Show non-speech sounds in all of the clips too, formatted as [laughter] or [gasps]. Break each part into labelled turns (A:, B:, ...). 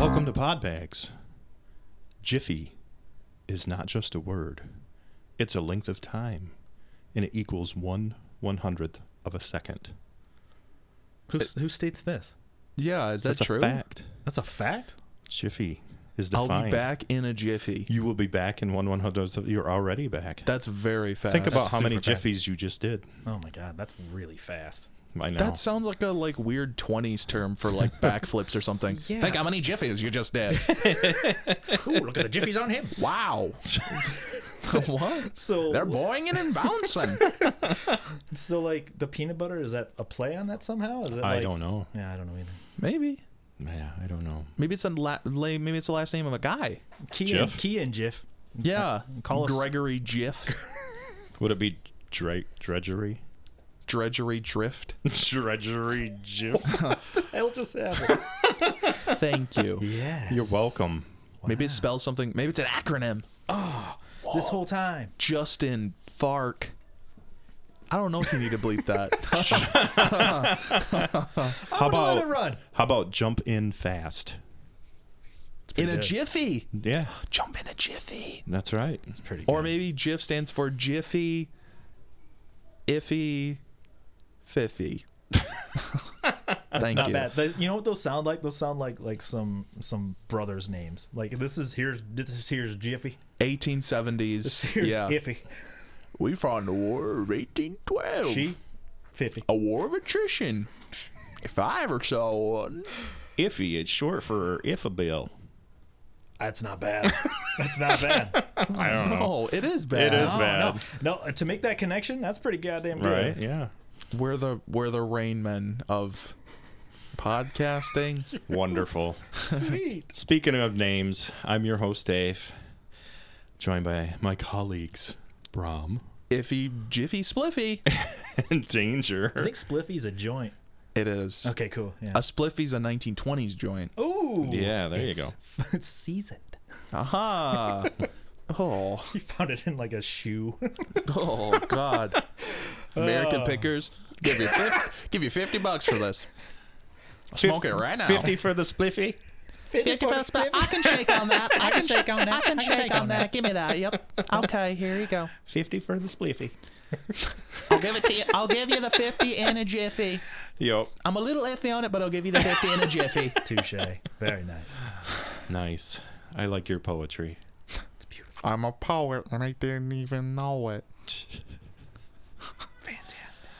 A: Odd bags. Jiffy is not just a word, it's a length of time, and it equals one one hundredth of a second.
B: Who who states this?
C: Yeah, is that
A: That's
C: true?
A: a fact.
B: That's a fact.
A: Jiffy is
C: I'll
A: defined.
C: be back in a jiffy.
A: You will be back in one one hundredth. of- You're already back.
C: That's very fast.
A: Think about how many
B: super fast.
A: jiffies you just did.
B: Oh my god, that's really fast.
A: I know.
C: That sounds like a like weird twenties term
A: [laughs]
C: for like backflips or something.
B: Yeah.
C: Think how many jiffies you just did.
B: Ooh, look at the jiffies on him.
A: [laughs]
C: Wow. what?
B: [laughs] So
C: They're boinging
A: [laughs]
C: and bouncing.
B: so like the peanut butter is that a play on that somehow? Is it
A: I
B: like-
A: don't know.
B: Yeah, I don't know either.
C: maybe.
A: Yeah, I don't know.
C: Maybe it's a la- la- maybe it's the last name of a guy.
B: Key
A: Jiff?
B: and Key and Jiff.
A: Uh,
C: Yeah.
B: Call us-
C: Gregory
A: [laughs]
C: Jiff.
A: Would it be dra- drudgery? [laughs]
C: Drudgery Drift.
A: Drudgery
C: [laughs]
A: jiff.
B: Hell just happened.
C: Thank [laughs] you.
B: yes.
A: You're welcome.
C: Maybe it spells something. Maybe it's an acronym.
B: This whole time.
C: Justin Fark. I don't know if you need to bleep that.
A: [laughs]
C: [laughs]
A: How
B: gonna
A: about
B: let it run.
A: How about jump in fast?
C: in a
B: good.
C: jiffy.
A: Yeah,
C: Jump in a jiffy.
A: that's right.
B: Pretty
C: Or maybe Jif stands for Jiffy, Iffy,
B: [laughs]
C: Fiffy. Thank
B: Not
C: you.
B: bad. Th- you know what those sound like? Those sound like like some some brothers' names. Like this is here's this here's Jiffy. [laughs]
C: 1870s.
B: Here's
C: yeah.
B: Iffy.
C: We fought in the War of 1812.
B: She, Fiffy.
C: A war of attrition. If I ever saw one.
A: Iffy. It's short for iffabil.
B: That's not bad. That's not bad.
A: I
B: Uh-huh.
A: don't
C: Oh, it is bad.
A: It is
B: Oh,
A: bad.
B: No, no, to make that connection, that's pretty goddamn good.
A: Right? Yeah.
C: We're the we're the rain men of podcasting.
B: [laughs]
A: Wonderful.
B: Sweet.
A: Speaking of names, I'm your host Dave, joined by my colleagues Brom [laughs]
C: Iffy Jiffy Spliffy.
A: and
B: I
A: Danger.
B: think Spliffy's a joint.
C: It is.
B: Okay, cool. Yeah.
C: A Spliffy's a 1920s joint.
B: Ooh.
A: Yeah, there you
B: it's- [laughs] It's seasoned. [laughs]
C: Aha.
A: [laughs]
C: oh.
B: You found it in like a shoe. [laughs]
C: Oh God!
A: Uh.
C: American Pickers, give you 50, give you fifty bucks for this. Smoke it right now.
A: Fifty for the spliffy.
C: I can shake on that. [laughs] I can shake on that. I can shake on that. Give me that. Yep. [laughs] Okay. Here you go.
A: Fifty for the spliffy.
C: I'll give it to you. I'll give you the fifty in a jiffy.
A: Yep.
C: I'm a little iffy on it, but I'll give you the fifty in a [laughs] jiffy.
B: [laughs] Touche. Very nice.
A: Nice. I like your poetry.
B: It's beautiful.
C: I'm a poet, and I didn't even know it.
B: Fantastic.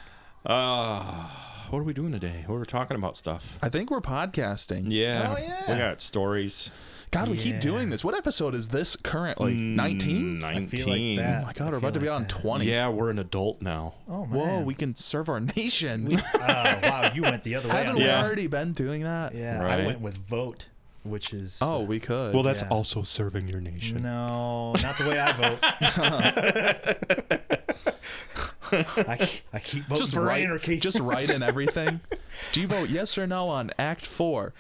A: Ah, What are we doing today? We're talking about stuff.
C: I think we're podcasting.
A: Yeah.
B: Oh, yeah.
A: We got stories.
C: God, we
B: Yeah.
C: keep doing this. What episode is this currently?
A: Mm,
C: Nineteen.
B: I feel
A: 19.
B: like that.
C: Oh my God, we're about to be on twenty.
A: Yeah, we're an adult now.
B: Oh man.
C: Whoa, we can serve our nation.
B: oh wow, you went the other way. on
C: Haven't
B: that.
C: we
A: Yeah.
C: already been doing that?
B: Yeah, I
A: Right.
B: went with vote, which is
C: Oh, we could.
A: Well, that's
B: Yeah.
A: also serving your nation.
B: no, not the way I vote. I, ke- I keep voting
C: just
B: for
C: write,
B: anarchy. [laughs]
C: just write in everything. Do you vote yes or no on Act Four?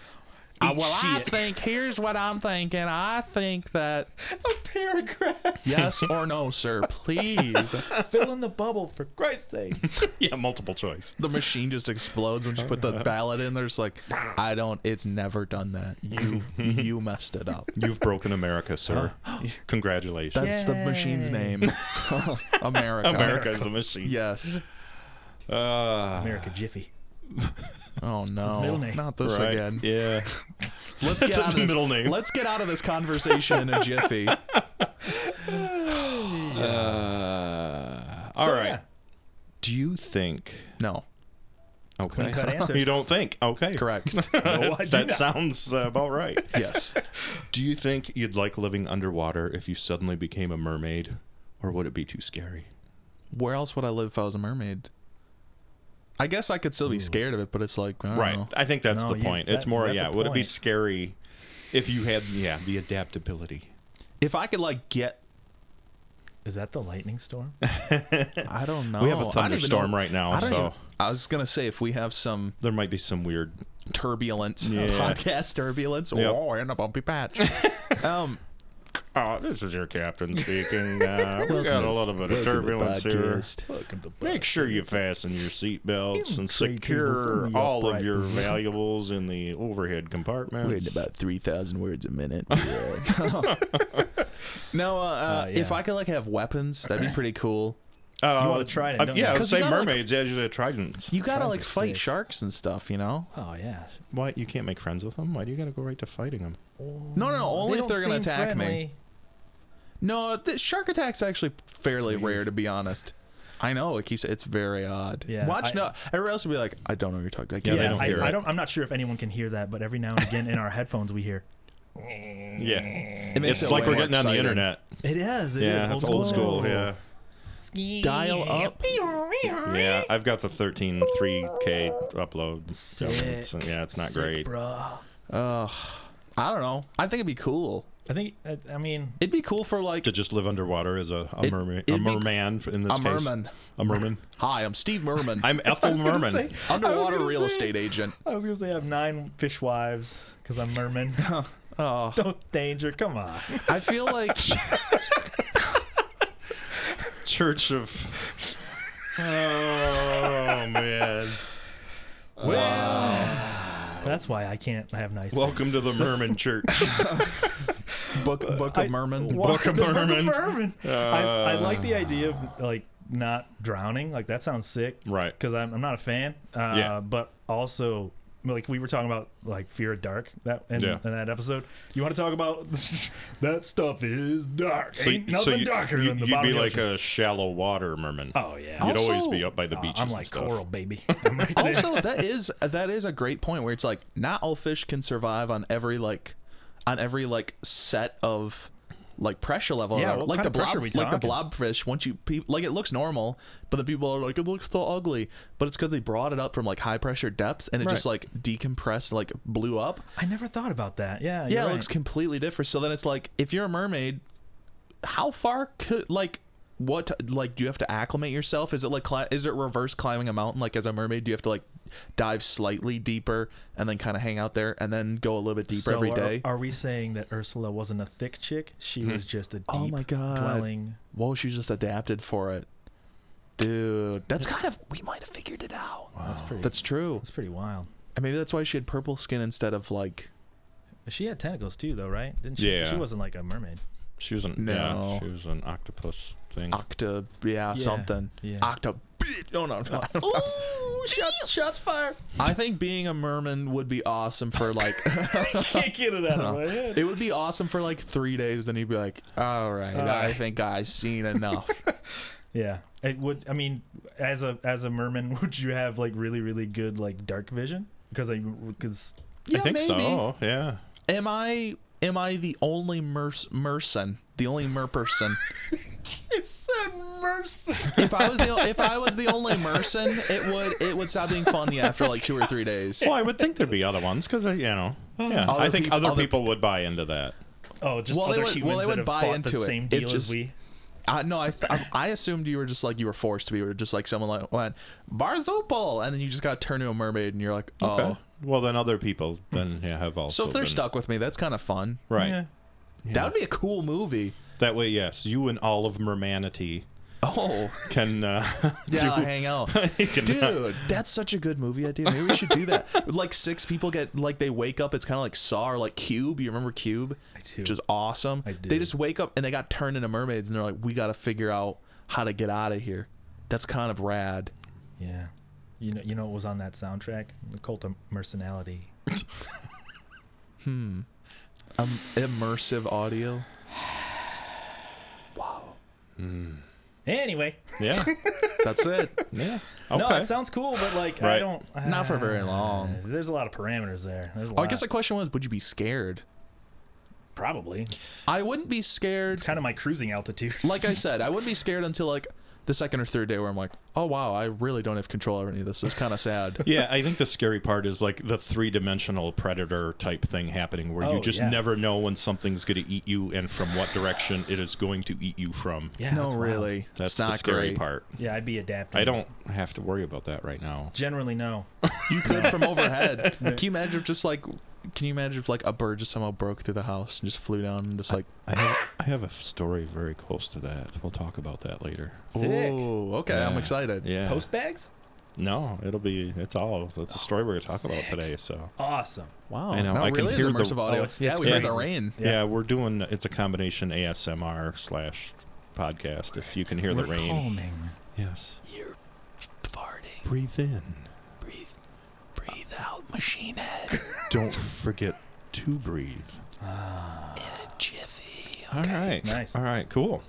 C: Uh, well, I think here's what I'm thinking. I think that
B: a paragraph.
C: yes or no, sir, please.
B: Fill in the bubble for Christ's sake.
A: [laughs] Yeah, multiple choice.
C: The machine just explodes when you put the ballot in. There's like, I don't. It's never done that. You you messed it up.
A: You've broken America, sir. [laughs] Congratulations.
C: That's the machine's
B: Yay.
C: name. [laughs] America.
A: America is the machine.
C: Yes.
A: Uh,
B: America Jiffy.
C: Oh no.
B: middle name.
C: Not this
A: Ah, right. [laughs]
C: again.
B: [laughs]
A: Yeah.
C: Let's get
A: It's
C: out
A: a
C: of this.
A: middle name.
C: Let's get out of this conversation in a jiffy.
A: Uh, all right.
B: yeah.
A: Do you think?
C: No.
A: Okay. [laughs]
B: Clean-cut answers.
A: You don't think? Okay.
C: Correct.
A: [laughs]
B: No, I do
A: that
B: not.
A: sounds uh, about right.
C: Yes.
A: Do you think you'd like living underwater if you suddenly became a mermaid, or would it be too scary?
C: [laughs] Where else would I live if I was a mermaid? I guess I could still be scared of it, but it's like I don't
A: Right.
C: know.
A: I think that's
B: No,
A: the
B: you-
A: point. it's
B: that-
A: more,
B: that's
A: yeah.
B: a
A: Would it be
B: point.
A: scary if you had, yeah, the adaptability?
C: If I could like get,
B: Is that the
A: [laughs]
B: lightning storm?
C: I don't know.
A: We have a
C: I don't even
A: thunderstorm
C: know-
A: right now,
C: I don't
A: so-
C: even- I was gonna say if we have some
A: There might be some weird.
C: turbulence, [laughs]
A: Yeah.
C: podcast turbulence, oh,
A: Yep. [laughs]
C: or in a bumpy patch. um,
A: Oh, this is your captain speaking. Uh, we got a little bit of turbulence here. Make sure you fasten your seatbelts
B: Even
A: and
B: trade tables
A: secure
B: in the
A: all of
B: upright
A: your
B: position.
A: valuables in the overhead
C: We're in
A: compartments.
C: about three thousand words
A: [laughs]
C: a minute. [laughs] no, uh, uh,
B: yeah.
C: if I could like have weapons, that'd be pretty cool.
A: Uh,
B: You want a trident,
A: uh,
B: don't
A: yeah,
B: you?
A: I would
C: 'Cause you
A: say
C: gotta, like-
A: mermaids. yeah, usually a trident.
C: You gotta
B: Friends
C: like
B: are
C: fight
B: sick.
C: sharks and stuff, you know?
B: Oh yeah.
A: What? You can't make friends with them? Why do you got to go right to fighting them?
C: No, no, only if
B: don't
C: they're gonna
B: seem
C: attack me.
B: friendly.
C: No, the shark attack's actually fairly
B: It's weird.
C: rare to be honest. I know it keeps it's very odd.
B: Yeah,
C: Watch
B: I-
C: no, everyone else will be like, I don't know what you're talking about.
A: Yeah,
B: Yeah,
A: they don't
B: I,
A: hear
B: I
A: it.
B: don't. I'm not sure if anyone can hear that, but every now and again in our headphones we hear.
A: Yeah.
C: It makes
A: It's
C: it
A: like
C: way
A: we're
C: more
A: getting on the
C: exciting.
A: internet.
B: It is. It is
A: Yeah, that's old school. Yeah.
C: Dial up.
A: Yeah, I've got the 13 3K upload. So it's,
B: Sick.
A: yeah, it's not
B: Sick,
A: great.
B: bruh.
C: Ugh. I don't know. I think it'd be cool.
B: I think. I, I mean,
C: It'd be cool for like
A: To just live underwater as a, a,
C: It-
A: merman, a
C: it'd be-
A: merman in this
C: a
A: case.
C: merman.
A: A merman.
C: Hi, I'm Steve Merman.
B: [laughs]
A: I'm Ethel
B: gonna
A: Merman.
B: say-
C: underwater
B: gonna
C: real
B: say-
C: estate agent.
B: I was gonna say I have nine fish wives because I'm
A: [laughs]
B: merman. [laughs]
C: Oh,
B: don't danger. Come on.
C: I
A: [laughs]
C: feel like
A: Church of.
B: [laughs]
A: Oh man!
B: That's why I can't have nice.
A: Welcome to the Merman
B: [laughs]
A: Church.
C: Book Book of
B: I-
C: Merman.
B: Welcome
A: Book of Uh,
B: to
A: Merman. [laughs]
B: Merman. I, I like the idea of like not drowning. Like that sounds sick.
A: Right.
B: Because I'm, I'm not a fan. Uh,
A: Yeah.
B: But also. Like we were talking about, like fear of dark that in,
A: Yeah.
B: in that episode. You want to talk about [laughs] that stuff is dark. Ain't nothing
A: you-
B: darker
A: you-
B: than the
A: you'd
B: bottom
A: be
B: of the
A: like
B: ocean.
A: a shallow water merman.
B: Oh yeah, uh,
A: You'd always
C: Also-
A: be up by the beaches.
B: I'm
A: and
B: like
A: stuff. [laughs]
B: coral, baby. I'm right there.
C: also that is that is a great point where it's like not all fish can survive on every like on every like set of like pressure level or
B: Yeah,
C: whatever.
B: what
C: like
B: kind
C: the
B: of pressure
C: blob
B: are we
C: like the
B: talking?
C: blobfish once you pe- like it looks normal but the people are like it looks so ugly but it's because they brought it up from like high pressure depths and it just like decompressed and, like blew up
B: I never thought about that. Yeah,
C: yeah
B: you're
C: it looks
B: right.
C: completely different so then it's like if you're a mermaid how far could like what like do you have to acclimate yourself is it like cli- is it reverse climbing a mountain like as a mermaid do you have to like dive slightly deeper and then kind of hang out there and then go a little bit deeper
B: So
C: every
B: are,
C: day
B: Are we saying that Ursula wasn't a thick chick? She
A: Hmm.
B: was just a deep
C: oh my god
B: dwelling.
C: whoa she's just adapted for it dude that's kind of we might have figured it out
B: That's pretty. That's,
C: that's true
B: pretty wild.
C: and maybe that's why she had purple skin instead of like
B: She had tentacles too, though, right? Didn't she?
A: Yeah.
B: She wasn't like a mermaid.
A: She was an
C: No.
A: yeah, she was an octopus thing.
C: octa yeah, something
B: yeah. Uh,
C: octa no no, no. I don't [laughs] know.
B: Ooh, [laughs] shots, shots [laughs] fired!
C: I think being a merman would be awesome for like [laughs]
B: Can't get it out of my head.
C: it would be awesome for like three days. Then you'd be like, all right, I
B: right.
C: think I've seen enough.
B: Yeah, it would. I mean, as a as a merman, [laughs] would you have like really really good like dark vision? Because I because
C: yeah,
A: I think
C: maybe.
A: so. Yeah.
C: Am I am I the only merc- merson, the only merperson?
B: it said mercy.
C: if I was the if I was the only merson, it would it would stop being funny after like two or three days.
A: Well, I would think there'd be other ones because you know,
B: Uh,
A: yeah.
C: Other
A: I think
C: peop-
A: other
C: other-
A: people would buy into that.
B: Oh, just
C: Well, they
B: other
C: would- well,
B: humans
C: they would
B: that have
C: buy
B: bought
C: into
B: the
C: it.
B: same
C: It
B: deal
C: just-
B: as we.
C: I, no, I, I I assumed you were just like you were forced to be, or just like someone like went Barzopal, and then you just got turned into a mermaid, and you're like, oh.
A: Okay. Well, then other people then yeah, have also.
C: So if they're
A: been-
C: stuck with me, that's kind of fun.
A: right?
B: Yeah.
C: That would be a cool movie.
A: That way, yes, you and all of mermanity
C: [laughs] Oh,
A: can uh, [laughs]
C: yeah,
A: do.
C: hang
B: [laughs]
C: out.
A: you can, uh,
C: Dude, that's such a good movie idea. Maybe we should do
B: [laughs]
C: that. like six people get like they wake up. It's kind of like Saw or like Cube. You remember Cube? I
B: do.
C: Which is awesome.
B: I do.
C: They just wake up and they got turned into mermaids, and they're like, "We got to figure out how to get out of here." That's kind of rad.
B: Yeah. You know, you know what was on that soundtrack? The Cult of Mercenality.
C: Um, immersive audio.
B: Anyway,
A: yeah,
C: That's it.
A: yeah. Okay.
B: [laughs] no, it sounds cool, but like
A: Right.
B: I don't.
C: Not for very
B: uh,
C: long.
B: There's a lot of parameters there. There's a
C: Oh,
B: lot.
C: I guess the question was, would you be scared?
B: probably.
C: I wouldn't be scared.
B: It's kind of my cruising altitude. [laughs]
C: Like I said, I wouldn't be scared until like the second or third day where I'm like, oh wow, I really don't have control over any of this. It's kind of sad.
A: yeah, I think the scary part is like the three dimensional predator type thing happening where you
B: Oh,
A: just
B: yeah.
A: never know when something's going to eat you and from what direction it is going to eat you from.
B: [laughs] Yeah,
C: no,
B: that's wild.
C: really,
A: That's
C: it's
A: the
C: not
A: scary
C: great.
A: part.
B: Yeah, I'd be adapting.
A: I don't have to worry about that right now.
B: generally no. [laughs]
C: You could from overhead. Can you imagine if just like Can you imagine if like a bird just somehow broke through the house and just flew down and just like
A: I have, I have a story very close to that. We'll talk about that later.
B: Sick.
C: Oh, okay, I'm
A: Yeah.
C: excited.
A: Yeah.
B: Post bags?
A: No, it'll be. It's all. It's a story we're going to talk about today. So
B: Awesome.
C: Wow.
A: I know,
C: Now it
A: I can
C: really is
A: hear the-
C: immersive audio.
B: Oh, it's-
C: yeah,
B: it's
C: we hear the
B: crazy.
C: rain.
A: yeah.
B: Yeah.
A: we're doing. It's a combination ASMR slash podcast. If you can hear the
B: We're
A: rain,
B: calming.
A: yes.
C: You're farting.
A: Breathe in.
C: Breathe, breathe out, machine head.
A: [laughs] Don't forget to breathe.
C: Jiffy.
A: All right.
B: Nice.
A: All right. Cool.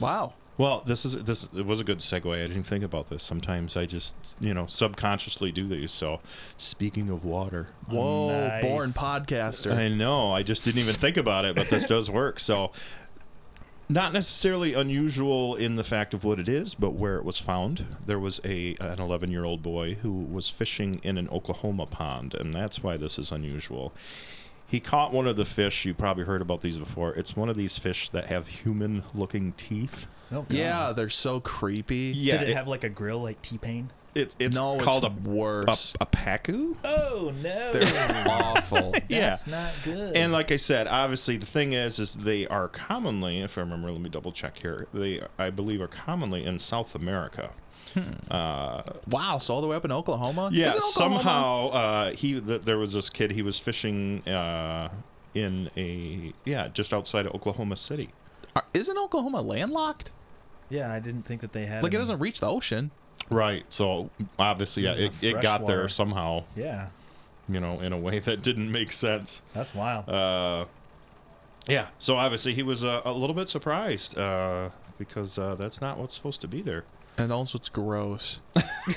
C: Wow.
A: Well, this is this it was a good segue. I didn't think about this. Sometimes I just you know subconsciously do these. So, speaking of water,
C: Whoa,
B: Nice.
C: born podcaster.
A: I know I just didn't even think about it, but
C: [laughs]
A: this does work. So, not necessarily unusual in the fact of what it is, but where it was found. There was a an 11 year old boy who was fishing in an Oklahoma pond, and that's why this is unusual. He caught one of the fish. You probably heard about these before. It's one of these fish that have human looking teeth.
B: Oh, God.
C: yeah, they're so creepy.
A: Yeah,
B: Did it,
A: it-
B: have like a grill like T Pain?
A: It's it's
C: no,
A: called
C: it's
A: a a,
C: worse.
A: a pacu.
B: Oh no. [laughs]
C: They're
A: [laughs]
C: awful.
B: That's not good.
A: And like I said, obviously the thing is, is they are commonly, if I remember, let me double check here. They, I believe, are commonly in South America.
C: Wow, so all the way up in Oklahoma?
A: Yeah,
C: Isn't Oklahoma-
A: somehow uh, he th- there was this kid. He was fishing uh, in a yeah, just outside of Oklahoma City.
C: Are- Isn't Oklahoma landlocked?
B: yeah, I didn't think that they had.
C: Like it
B: any-
C: doesn't reach the ocean.
A: Right. So obviously, yeah,
B: This
A: it,
B: is
A: it got
B: freshwater.
A: there somehow.
B: Yeah,
A: You know, in a way that didn't make sense.
B: that's wild.
A: uh, yeah, so obviously he was uh, a little bit surprised uh, because uh, that's not what's supposed to be there.
C: And also it's [laughs] gross.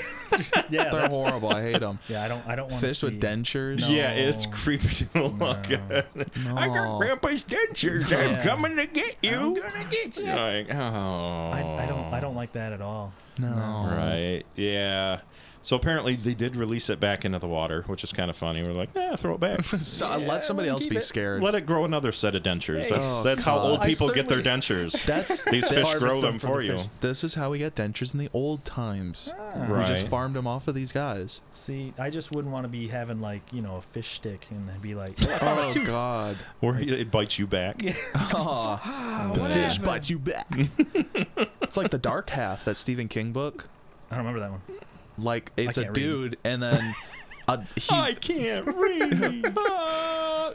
B: yeah,
C: They're
B: that's,
C: horrible. I hate [laughs] them.
B: yeah. I don't. I don't want
C: Fish
B: see.
C: with dentures.
B: No.
A: Yeah, it's creepy to look at. I
C: No.
A: got Grandpa's dentures.
B: Yeah.
A: I'm coming to get you.
B: I'm gonna get you.
A: You're like, oh,
B: I, I don't. I don't like that at all.
C: No.
A: Right? Yeah. So apparently they did release it back into the water, which is kind of funny. We're like, nah, throw it back.
B: [laughs]
C: So I let somebody
B: we'll
C: else
B: keep
C: be
B: it.
C: scared.
A: Let it grow another set of dentures.
B: Hey.
A: That's
C: Oh,
A: that's how
C: God.
A: old
B: I
A: people get their
B: certainly- [laughs]
A: dentures.
C: [laughs] That's
A: [laughs] These
C: that's-
A: fish grow
B: harvest
A: them
B: them
A: for
B: for the
A: you.
B: fish.
C: This is how we got dentures in the old times. We
A: Right.
C: just farmed them off of these guys.
B: [laughs] See, I just wouldn't want to be having like you know a fish stick and be like,
C: Oh God!
A: or it bites you back.
C: [laughs] Aw, the
B: "Oh, what
C: fish
B: happened?
C: bites
A: [laughs]
C: you back. it's like the Dark Half, that Stephen King book.
B: I don't remember that one.
C: Like it's a
B: can't read.
C: dude, and then [laughs] a, he.
A: I [laughs] can't read.
C: Ah!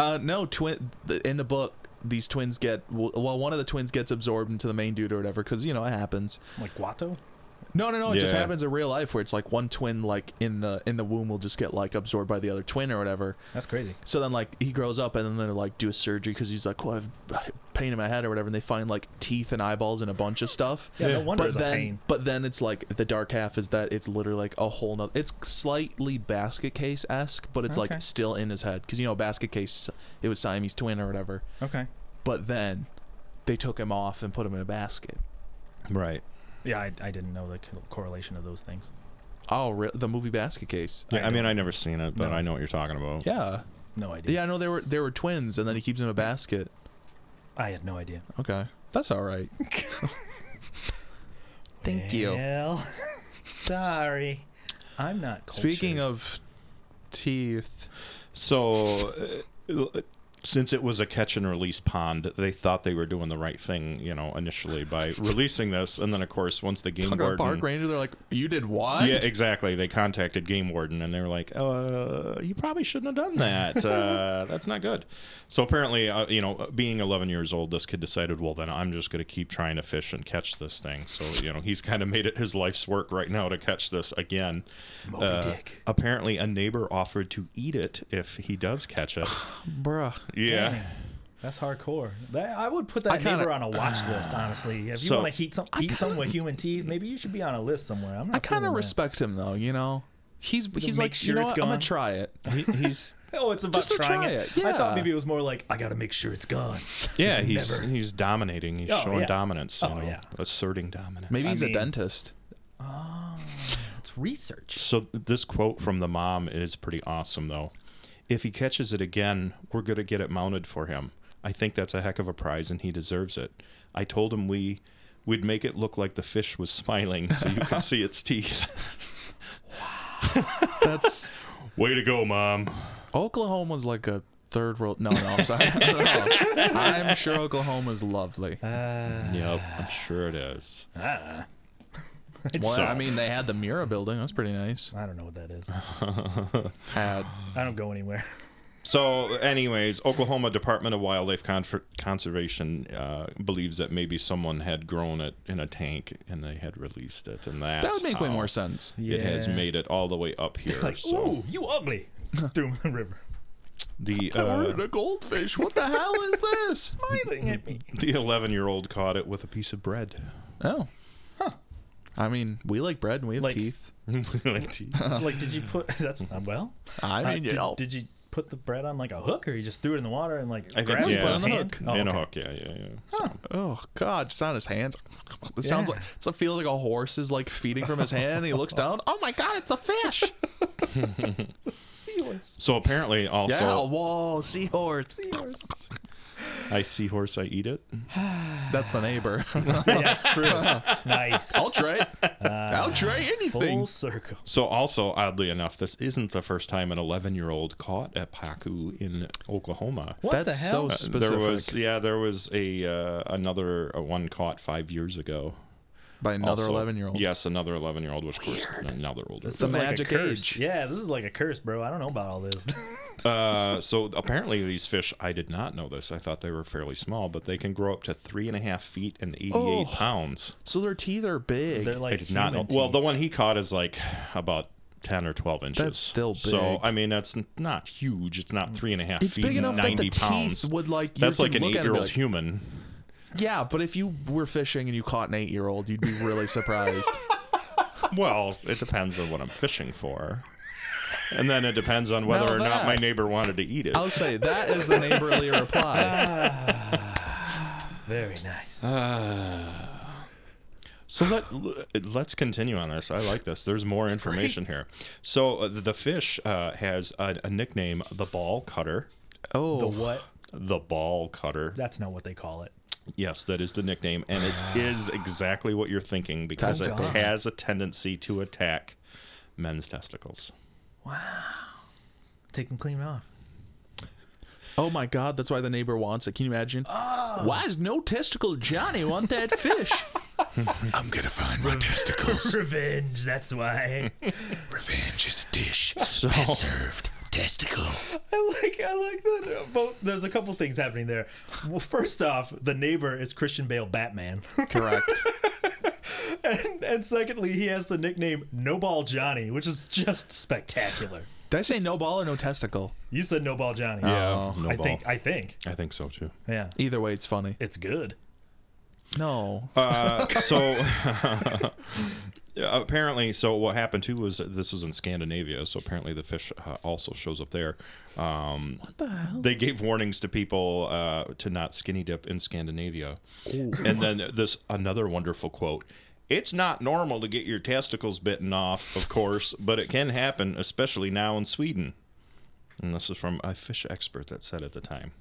C: uh, no, twin. th- In the book, these twins get well. One of the twins gets absorbed into the main dude or whatever, because you know it happens.
B: Like Guato.
C: No, no, no. It just
A: Yeah.
C: happens in real life where it's like one twin, like in the in the womb, will just get like absorbed by the other twin or whatever.
B: That's crazy.
C: So then, like, he grows up, and then they're like, do a surgery because he's like, well, I've pain in my head or whatever, and they find like teeth and eyeballs and a bunch of stuff.
B: Yeah, no wonder
C: But
B: it's a
C: then,
B: pain.
C: but then it's like the dark half is that it's literally like a whole nother. It's slightly basket case esque, but it's
B: Okay.
C: like still in his head because you know basket case, it was Siamese twin or whatever.
B: Okay.
C: But then, they took him off and put him in a basket.
A: right.
B: Yeah, I, I didn't know the co- correlation of those things.
C: Oh, re- the movie Basket Case.
A: Yeah, I, mean, I never seen it, but
B: No.
A: I know what you're talking about.
C: Yeah,
B: No idea.
C: yeah. I know they were they were twins, and then he keeps them in a basket.
B: I had no idea.
C: Okay, that's all right. Thank you.
B: Well, [laughs] sorry. I'm not. Cultured.
C: Speaking of teeth,
A: So, uh, since it was a catch and release pond, they thought they were doing the right thing, you know, initially by releasing this, and then of course once the game
C: Tucker
A: warden.
C: Park Ranger, they're like, you did what?
A: yeah, exactly. They contacted Game Warden and they were like, uh, you probably shouldn't have done that.
B: [laughs]
A: Uh, that's not good. So, apparently, uh, you know, being 11 years old, this kid decided, well, then I'm just going to keep trying to fish and catch this thing. So, you know, he's kind of made it his life's work right now to catch this again.
B: Moby
A: Uh,
B: Dick.
A: Apparently, a neighbor offered to eat it if he does catch
B: [gasps]
A: it.
C: [laughs] Bruh.
A: Yeah.
B: Dang, that's hardcore. That, I would put that
C: I kinda- ah.
B: neighbor on a watch list, honestly. If you
A: So-
B: want to heat some, eat something with human teeth, maybe you should be on a list somewhere. I'm not.
C: I kind of
B: feeling that.
C: respect him though, you know. He's he's
B: make
C: like, you
B: sure
C: know
B: it's
C: what? I'm gonna
B: gone.
C: try it. He, he's
B: [laughs] Oh, it's about
C: Just to
B: trying
C: try
B: it.
C: it,
B: I
C: yeah.
B: thought maybe it was more like I got to make sure it's gone.
A: Yeah,
B: It's
A: he's
B: never-
A: he's dominating. He's
B: Oh,
A: showing
B: yeah.
A: dominance. You
B: Oh,
A: know,
B: yeah.
A: asserting dominance.
C: maybe
B: I
C: he's
B: mean-
C: a dentist.
B: It's research.
A: So th- this quote from the mom is pretty awesome, though. If he catches it again, we're gonna get it mounted for him. I think that's a heck of a prize, and he deserves it. I told him we would make it look like the fish was smiling, so you could [laughs] see its teeth.
C: That's [laughs]
A: Way to go, mom!
C: Oklahoma's like a third world. No, no, I'm sorry. [laughs] I'm sure Oklahoma's lovely.
A: Yep, I'm sure it is.
B: Ah,
C: Well,
A: so-
C: I mean, they had the Mira building. That's pretty nice.
B: I don't know what that is.
C: Had
B: I don't go anywhere.
C: [sighs]
A: So, anyways, Oklahoma Department of Wildlife Confer- Conservation uh, believes that maybe someone had grown it in a tank and they had released it, and that's
C: that would make way
A: how
C: more sense.
A: It has
B: Yeah.
A: made it all the way up
C: [laughs]
A: here.
B: Like,
A: so
B: ooh, you ugly. Threw him in the river.
A: the
C: I ordered
A: uh,
C: a goldfish. What the hell is [laughs] this?
B: Smiling at me.
A: the 11 year old caught it with a piece of bread. [laughs]
C: Oh. Huh. I mean, we like bread and we have
B: Like-
C: teeth.
A: Like
C: [laughs]
A: tea.
B: like, did you put? [laughs] That's uh, well.
C: I
B: Uh,
C: mean, you
B: did,
C: know.
B: did you put the bread on like a hook, or you just threw it in the water and like
A: I think
B: grabbed
A: yeah.
B: it with his
C: Put it on the
B: hand?
C: hook.
B: Oh,
A: In a
B: okay.
A: hook, yeah, yeah, yeah. So,
C: Oh God! Just on his hands. It sounds
B: Yeah.
C: like it feels like a horse is like feeding from his hand. And he looks down. Oh my God! It's a [laughs] fish.
B: Seahorse.
A: so apparently, also,
C: yeah. Whoa! Seahorse.
B: Seahorse.
A: I see horse, I eat it.
C: That's the neighbor.
B: yeah, [laughs] that's true. nice.
C: [laughs] I'll try. I'll try anything.
B: Full circle.
A: So, also, oddly enough, this isn't the first time an 11 year old caught a pacu in Oklahoma.
B: What
C: That's
B: the hell?
C: so
A: Uh,
C: specific.
A: There was yeah, there was a uh, another uh, one caught five years ago.
C: by another
A: Also-
C: eleven-year-old.
A: Yes, another eleven year old, which of course another older.
B: This
C: The
B: is like a
C: magic
B: curse.
C: age.
B: Yeah, this is like a curse, bro. I don't know about all this.
A: Uh, so apparently these fish, I did not know this. I thought they were fairly small, but they can grow up to three and a half feet and eighty eight
C: Oh.
A: pounds.
C: So their teeth are big.
B: They're like
A: I did not know.
B: human
A: Well, the
B: teeth.
A: one he caught is like about. 10 or 12 inches.
C: still
A: So,
C: big.
A: I mean, that's n- not huge. It's not three and a half
C: it's
A: feet,
C: big enough that
A: 90
C: the
A: pounds.
C: teeth would like. You
A: that's
C: can
A: like an
C: look
A: eight
C: at it
A: year
C: and be
A: old
C: like,
A: human.
C: Yeah, but if you were fishing and you caught an eight-year-old, you'd be really [laughs] surprised.
A: Well, it depends on what I'm fishing for. And then it depends on whether
C: Now
A: or not
C: that-
A: my neighbor wanted to eat it.
C: I'll say that is the neighborly [laughs] reply.
B: Very nice.
C: Oh.
A: So let let's continue on this. I like this. There's more information here. So uh, the fish uh, has a, a nickname, the ball cutter.
B: the
C: Oh,
B: what?
A: The ball cutter.
B: That's not what they call it.
A: Yes, that is the nickname, and [sighs] it is exactly what you're thinking because it
C: Testicles.
A: has a tendency to attack men's testicles.
B: Take them clean off.
C: oh my God! That's why the neighbor wants it. Can you imagine? Why is no testicle Johnny want that fish? [laughs] I'm gonna find my testicles. [laughs]
B: Revenge. That's why.
C: Revenge is a dish
A: So-
C: best served testicle.
B: I like I like that. uh, Both, there's a couple things happening there. Well, first off, the neighbor is Christian Bale Batman, [laughs]
C: Correct. [laughs]
B: and, and secondly, he has the nickname No Ball Johnny, which is just spectacular.
C: Did I say no ball or no testicle?
B: You said No Ball Johnny.
C: Uh,
A: Yeah, no
B: I
A: ball.
B: think I think
A: I think so too.
B: yeah,
C: Either way, it's funny.
B: it's good.
C: No.
A: Uh, so [laughs] apparently, so what happened too was this was in Scandinavia. So apparently, the fish uh, also shows up there. Um, what the hell? They gave warnings to people uh, to not skinny dip in Scandinavia. And then this another wonderful quote. It's not normal to get your testicles bitten off, of course, but it can happen, especially now in Sweden. And this is from a fish expert that said at the time.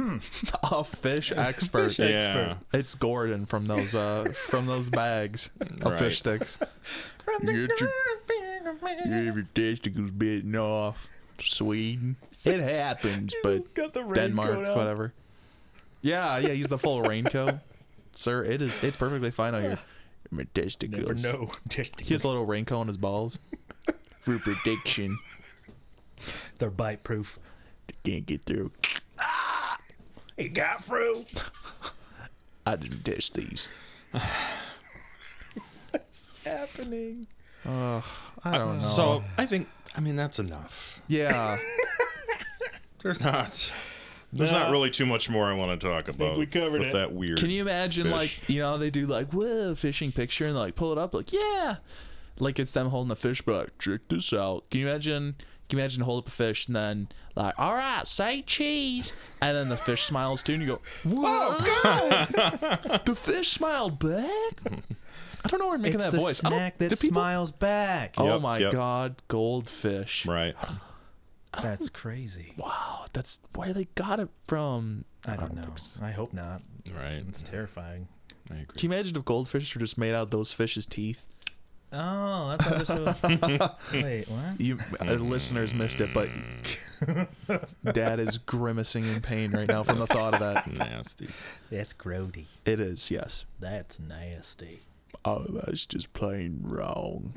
C: a
B: [laughs]
C: fish expert.
B: Fish expert.
C: It's Gordon from those uh from those bags of
A: Right.
C: fish sticks. You get your, you have your testicles bitten off.
B: [laughs]
C: Sweden. It happens, but
B: Got the raincoat
C: Denmark,
B: out.
C: whatever. Yeah, yeah, he's the full
B: [laughs]
C: raincoat. Sir, it is it's perfectly fine on your, your
B: Never
C: testicles.
B: [laughs] know.
C: He has a little raincoat on
B: [laughs]
C: his balls. For prediction.
B: They're bite proof.
C: Can't get through.
B: He got through.
C: I didn't
B: [sighs]
C: test these.
B: It's happening.
C: I don't know.
A: So I think, I mean, that's enough.
C: yeah.
A: There's not. There's not really too much more I want to talk about.
B: we covered
A: with
B: it.
A: that weird.
C: Can you imagine,
A: fish.
C: like, you know, they do like, whoa, fishing picture and like pull it up, like, yeah. Like it's them holding the fish, but like, check this out. Can you imagine? Can you imagine hold up a fish and then like, all right, say cheese, and then the fish smiles too, and you go,
B: Oh,
C: whoa, God. [laughs] the fish smiled [laughs] back. I don't know where I'm making
B: it's
C: that
B: the
C: voice. I don't-
B: snack that
C: do people-
B: smiles
C: [laughs]
B: back.
C: Oh
A: Yep,
C: my
A: yep.
C: God, goldfish!
A: Right.
B: That's crazy.
C: Wow, that's where they got it from.
B: I don't know.
C: think so.
B: I hope not.
A: Right.
B: It's terrifying.
A: I agree.
C: Can you imagine if goldfish were just made out of those fish's teeth?
B: Oh, that's why [laughs] they're so. Wait, what?
C: You uh,
A: Hmm.
C: listeners missed it, but Dad is grimacing in pain right now from the thought of that.
A: Nasty.
B: That's grody.
C: It is, yes.
B: That's
C: [laughs]
B: nasty. [laughs]
C: Oh, that's just plain wrong.